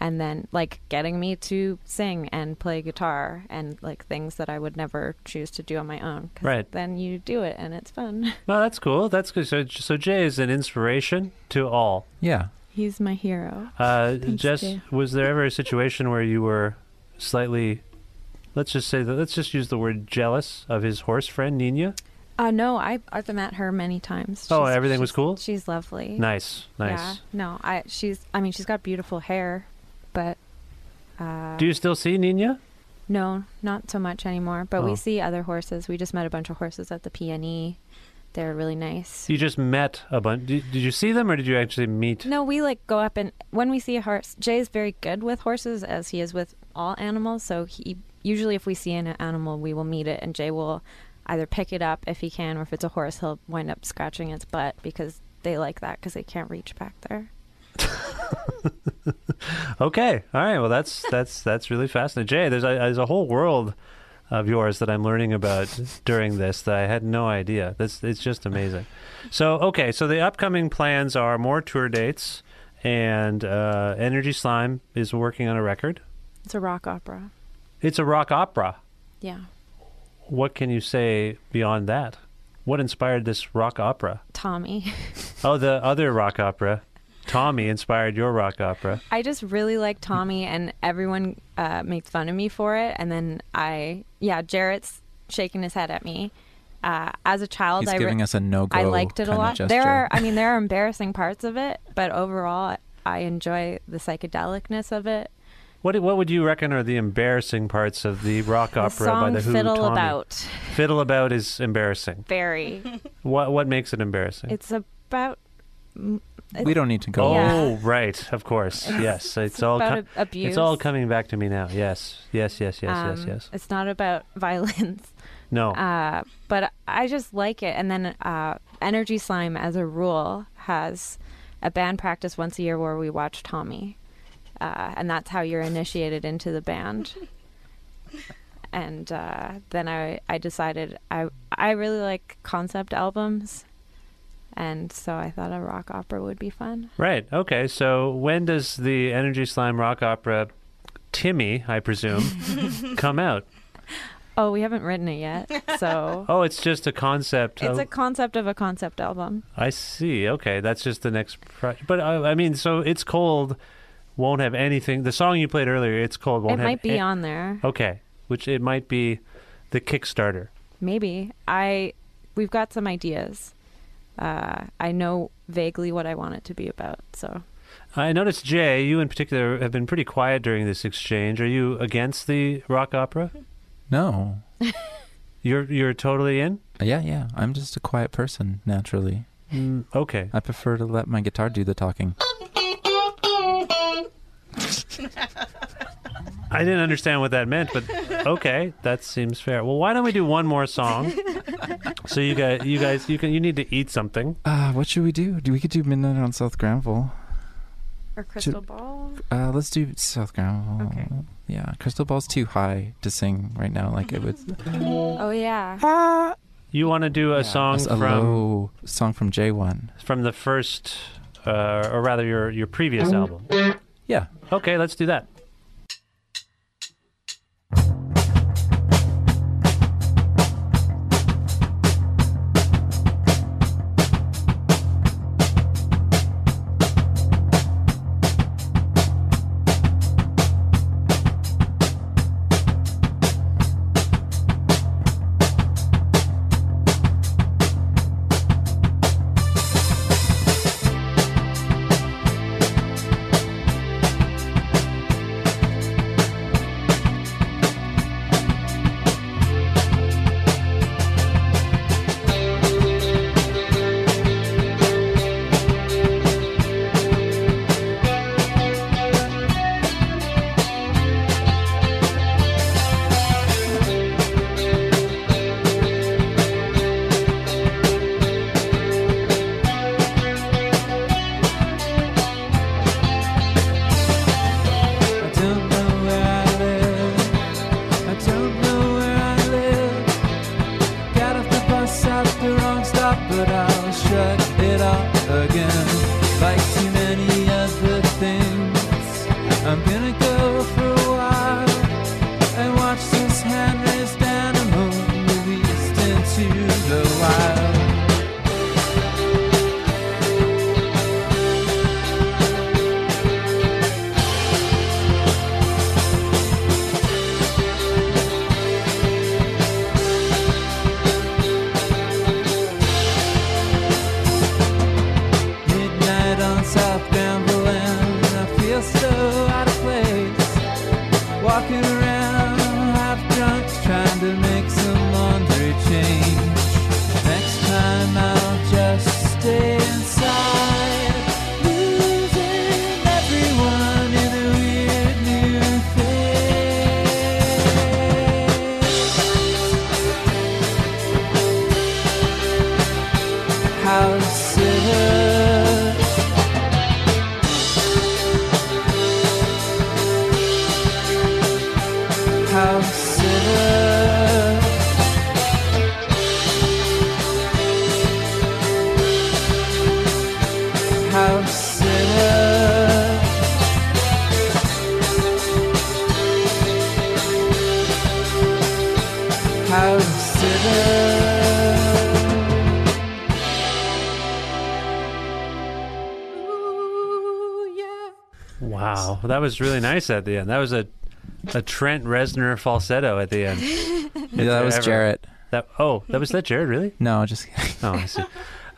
G: and then like getting me to sing and play guitar and like things that I would never choose to do on my own. 'cause
C: Right.
G: Then you do it and it's fun.
C: Well, that's cool. That's good. So, so Jay is an inspiration to all.
F: Yeah.
G: He's my hero.
C: Uh,
G: Thanks,
C: Jess,
G: Jay.
C: was there ever a situation where you were slightly, let's just say that, let's just use the word jealous of his horse friend Nina?
G: Uh, no, I I've met her many times.
C: Oh, everything was
G: she's-
C: cool?
G: She's lovely.
C: Nice, nice.
G: Yeah. No, I she's I mean she's got beautiful hair, but uh,
C: Do you still see Nina?
G: no, not so much anymore. But
C: Oh.
G: we see other horses. We just met a bunch of horses at the PNE. They're really nice.
C: You just met a bunch. Did, did you see them or did you actually meet?
G: No, we like go up and when we see a horse, Jay's very good with horses as he is with all animals. So he usually, if we see an animal, we will meet it, and Jay will either pick it up if he can, or if it's a horse, he'll wind up scratching its butt because they like that because they can't reach back there.
C: Okay, all right. Well, that's that's that's really fascinating, Jay. There's a, there's a whole world of yours that I'm learning about during this that I had no idea. That's it's just amazing. So okay, so the upcoming plans are more tour dates, and uh, Energy Slime is working on a record.
G: It's a rock opera.
C: It's a rock opera.
G: Yeah.
C: What can you say beyond that? What inspired this rock opera?
G: Tommy.
C: Oh, the other rock opera, Tommy inspired your rock opera.
G: I just really like Tommy, and everyone uh, makes fun of me for it. And then I, yeah, Jarrett's shaking his head at me. Uh, as a child,
F: He's
G: I
F: giving us a no-go
G: I liked it a
F: kind of
G: lot. There
F: gesture.
G: are, I mean, there are embarrassing parts of it, but overall, I enjoy the psychedelicness of it.
C: What what would you reckon are the embarrassing parts of the rock opera by
G: song
C: the Who?
G: Fiddle
C: Tommy?
G: About.
C: Fiddle about is embarrassing.
G: Very.
C: What what makes it embarrassing?
G: it's about. mm, it-
F: We don't need to
C: oh
F: go.
C: right, of course.
G: It's-
C: yes, it's,
G: it's
C: all
G: about ab-
C: It's
G: abuse.
C: all coming back to me now. Yes, yes, yes, yes, yes,
G: um,
C: yes.
G: It's not about violence.
C: No.
G: Uh, but I just like it. And then uh, Energy Slime, as a rule, has a band practice once a year where we watch Tommy. Uh, and that's how you're initiated into the band. and uh, then I, I decided I, I really like concept albums. And so I thought a rock opera would be fun.
C: Right. Okay. So when does the Energy Slime rock opera, Timmy, I presume, come out?
G: Oh, we haven't written it yet. So
C: Oh, it's just a concept.
G: it's
C: Oh,
G: a concept of a concept album.
C: I see. Okay, that's just the next. Pro- but I, I mean, so it's cold. Won't have anything. The song you played earlier, it's cold. Won't
G: it
C: have
G: might be
C: a-
G: on there.
C: Okay, which it might be the Kickstarter.
G: Maybe I. We've got some ideas. Uh, I know vaguely what I want it to be about. So
C: I noticed Jay, you in particular, have been pretty quiet during this exchange. Are you against the rock opera?
F: No.
C: You're you're totally in.
F: Uh, Yeah, yeah. I'm just a quiet person naturally.
C: okay.
F: I prefer to let my guitar do the talking.
C: I didn't understand what that meant, but okay, that seems fair. Well, why don't we do one more song? so you guys, you guys, you can you need to eat something.
F: Uh, what should we do? Do we could do Midnight on South Granville?
G: or crystal ball?
F: Uh, let's do South Ground.
G: Okay.
F: Yeah, Crystal Ball's too high to sing right now. Like it would.
G: Oh yeah.
C: You want to do a song
F: That's a
C: from
F: low song from J1.
C: from the first, uh, or rather your your
D: Mm-hmm.
C: previous album.
F: Yeah.
C: Okay, let's do that.
D: I don't know where I live. I don't know where I live. Got off the bus at the wrong stop, but I'll shut it up again. Like too many other things, I'm gonna go for a while and watch this hand-raised animal released into the wild. Midnight on South Gambling, I feel so out of place. Walking around half drunk, trying to make some laundry change. Next time I'll just stay inside. Losing everyone in a weird new thing. House sitter. house sitter. House sitter. House sitter.
C: Wow, that was really nice at the end. That was a a Trent Reznor falsetto at the end.
F: Yeah, that was Jarrett.
C: That oh, that was that Jared really?
F: No, just kidding.
C: Oh, I see.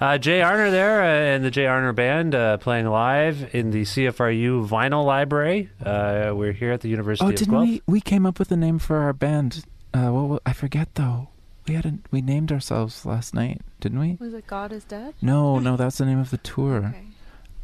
C: Uh, Jay Arner there uh, and the Jay Arner Band uh, playing live in the CFRU Vinyl Library. Uh, we're here at the University
F: oh,
C: of
F: didn't
C: Guelph.
F: we? We came up with a name for our band. Uh, what wa- I forget though. We hadn't. We named ourselves last night, didn't we?
G: Was it God is dead?
F: No, no, that's the name of the tour.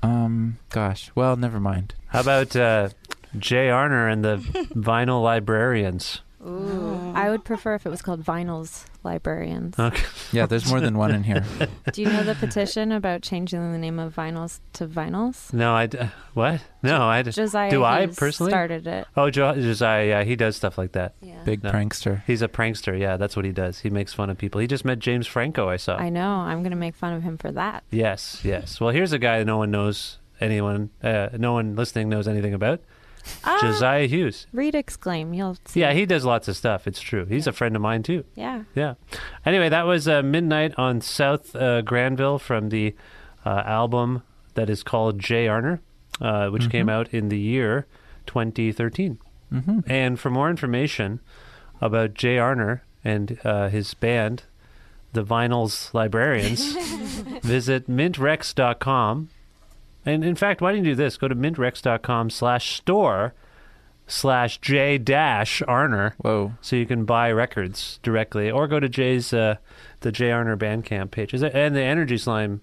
F: Um, gosh. Well, never mind.
C: How about uh, Jay Arner and the Vinyl Librarians?
G: Ooh. I would prefer if it was called Vinyls Librarians.
C: Okay.
F: Yeah, there's more than one in here.
G: Do you know the petition about changing the name of vinyls to vinyls?
C: No, I d- what? No, I d-
G: Josiah
C: do I
G: Hayes
C: personally
G: started it.
C: Oh, jo- Josiah, yeah, he does stuff like that.
G: Yeah.
F: Big prankster.
C: He's a prankster. Yeah, that's what he does. He makes fun of people. He just met James Franco. I saw.
G: I know. I'm going to make fun of him for that.
C: Yes, yes. Well, here's a guy no one knows anyone, uh, no one listening knows anything about. Josiah Hughes.
G: Read Ah, exclaim. You'll see.
C: Yeah, he does lots of stuff. It's true. He's a friend of mine too.
G: Yeah.
C: Yeah. Anyway, that was uh, Midnight on South uh, Granville from the uh, album that is called Jay Arner, uh,
G: Mm-hmm.
C: which came out in the year 2013.
F: Mm-hmm.
C: And for more information about Jay Arner and uh, his band, the Vinyls Librarians, visit mintrex.com. And in fact, why don't you do this? Go to mintrex.com slash store slash J dash Arner
F: Whoa.
C: so you can buy records directly, or go to Jay's uh, the Jay Arner Bandcamp page, is it, and the Energy Slime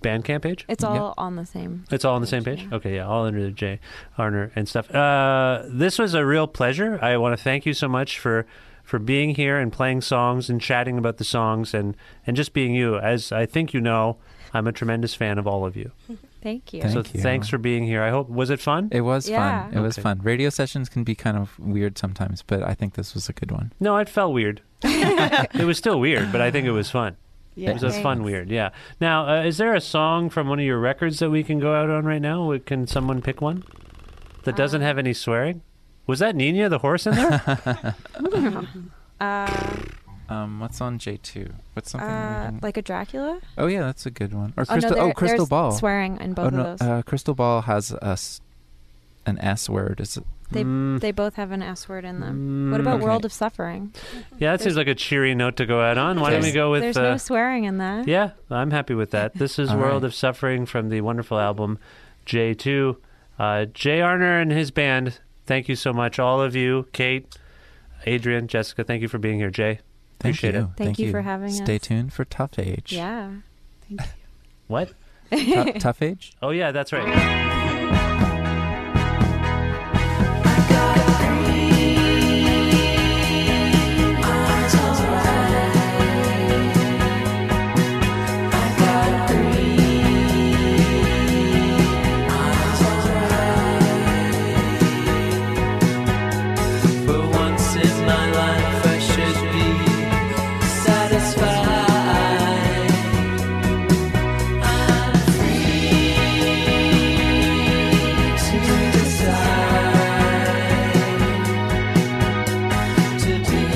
C: Bandcamp page.
G: It's all on the same.
C: It's all on the same page. Okay, yeah, all under the Jay Arner and stuff. Uh, this was a real pleasure. I want to thank you so much for for being here and playing songs and chatting about the songs and and just being you. As I think you know, I'm a tremendous fan of all of you.
G: Thank you.
C: so thanks for being here. I hope was it fun?
F: It was
G: Yeah.
F: fun. It was
C: Okay.
F: fun. Radio sessions can be kind of weird sometimes, but I think this was a good one.
C: No, it felt weird. it was still weird, but I think it was fun.
H: Yeah,
C: it was a fun
H: thanks.
C: weird. Yeah. Now, uh, is there a song from one of your records that we can go out on right now? We- Can someone pick one that doesn't have any swearing? Was that Nina the horse in there?
G: Uh,
F: Um, what's on J two? What's something? we
G: uh,
F: didn't-
G: like a Dracula?
F: oh yeah, that's a good one. Or
G: Oh, no,
F: crystal.
G: there-
F: crystal
G: there's
F: ball.
G: swearing in both
F: oh,
G: of
F: no,
G: those.
F: Uh, crystal ball has a s- an S word. Is it?
G: They they both have an S word in them. what
C: Mm.
G: about
C: Okay.
G: World of Suffering?
C: yeah, that seems like a cheery note to go out on. Why don't we
G: There's-
C: go with?
G: There's
C: uh,
G: no swearing in that.
C: Yeah, I'm happy with that. This is
F: All
C: World
F: right.
C: of Suffering from the wonderful album J2. Uh, Jay Arner and his band, thank you so much. All of you, Kate, Adrian, Jessica, thank you for being here, Jay.
F: Thank
C: Appreciate
F: you.
C: it.
G: Thank you for having
F: Stay
G: us.
F: tuned for Tough Age.
G: Yeah.
C: What?
F: Tou- tough Age.
C: Oh, yeah, that's right.
D: For once in my life, I should be satisfied. I'm free to decide to be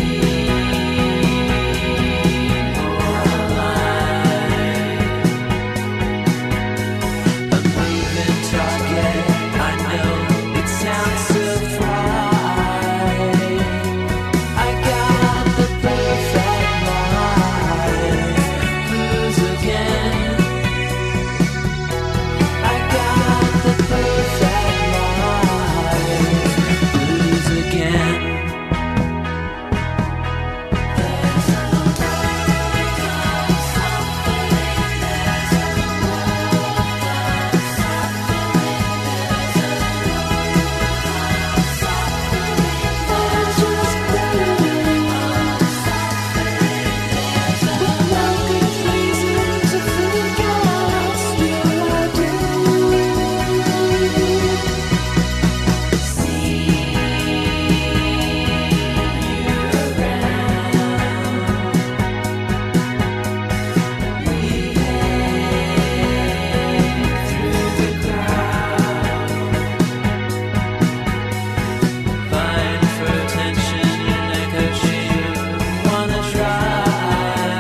D: more alive. A moving target, I know it sounds so fly. I got the perfect life. Blues again. I got the perfect life. Blues again. Fine for attention, your neck of shape, wanna try.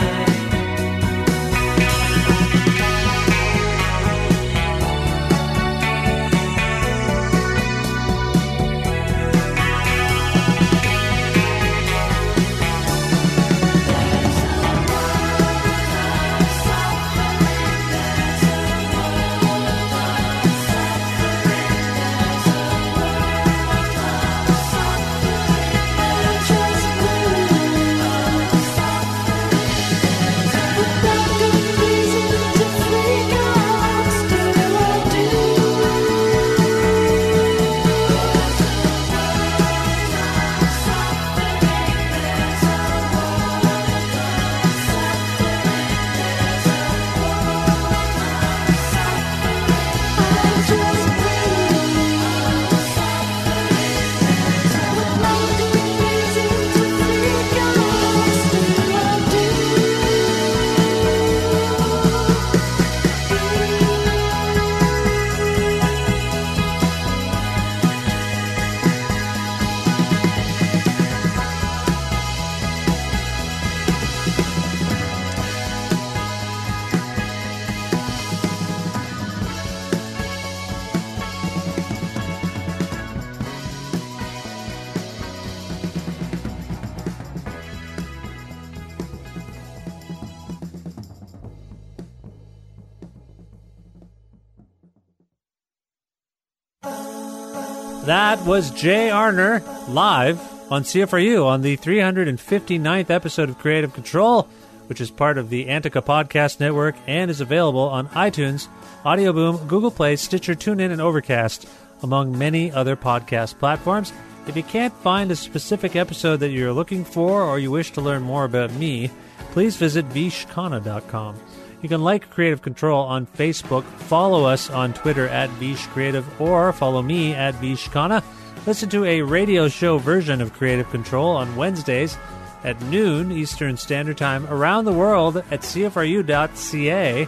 C: That was Jay Arner live on CFRU on the 359th episode of Creative Control, which is part of the Antica Podcast Network and is available on iTunes, Audio Boom, Google Play, Stitcher, TuneIn, and Overcast, among many other podcast platforms. If you can't find a specific episode that you're looking for or you wish to learn more about me, please visit vishkana.com. You can like Creative Control on Facebook, follow us on Twitter at Vish Creative, or follow me at Vishkana. Listen to a radio show version of Creative Control on Wednesdays at noon Eastern Standard Time around the world at CFRU.ca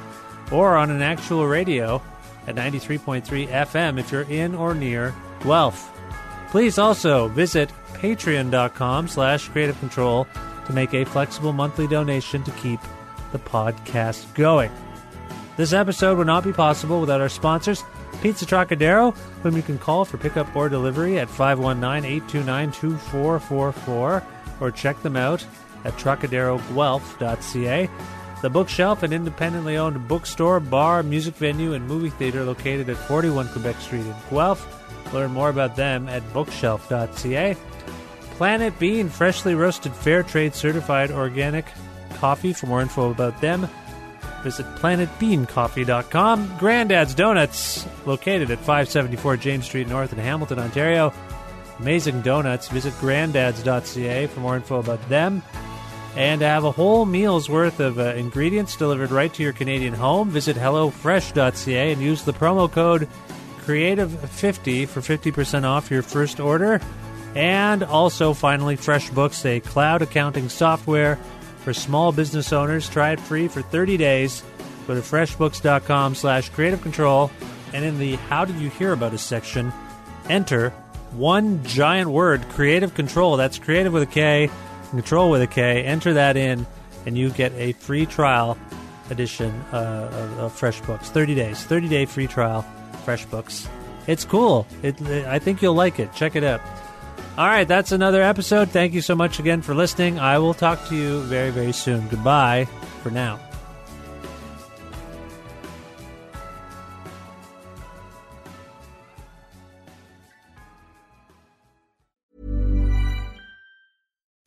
C: or on an actual radio at 93.3 FM if you're in or near Guelph. Please also visit patreon.com slash creative control to make a flexible monthly donation to keep the podcast going. This episode would not be possible without our sponsors, Pizza Trocadero, whom you can call for pickup or delivery at 519-829-2444 or check them out at trocaderoguelph.ca. The Bookshelf, an independently owned bookstore, bar, music venue, and movie theater located at 41 Quebec Street in Guelph. Learn more about them at bookshelf.ca. Planet Bean, freshly roasted fair trade certified organic coffee. For more info about them, visit planetbeancoffee.com. Granddad's Donuts, located at 574 James Street North in Hamilton, Ontario. Amazing donuts. Visit granddads.ca for more info about them. And to have a whole meal's worth of uh, ingredients delivered right to your Canadian home, visit E hellofresh.ca and use the promo code Creative50 for 50% off your first order. And also, finally, FreshBooks, a cloud accounting software for small business owners. Try it free for 30 days. Go to freshbooks.com slash creative control. And in the How Did You Hear About Us section, enter one giant word, creative control. That's creative with a K, and control with a K. Enter that in, and you get a free trial edition uh, of, of FreshBooks. 30 days, 30 day free trial. FreshBooks. It's cool. It, I think you'll like it. Check it out. All right, that's another episode. Thank you so much again for listening. I will talk to you very, very soon. Goodbye for now.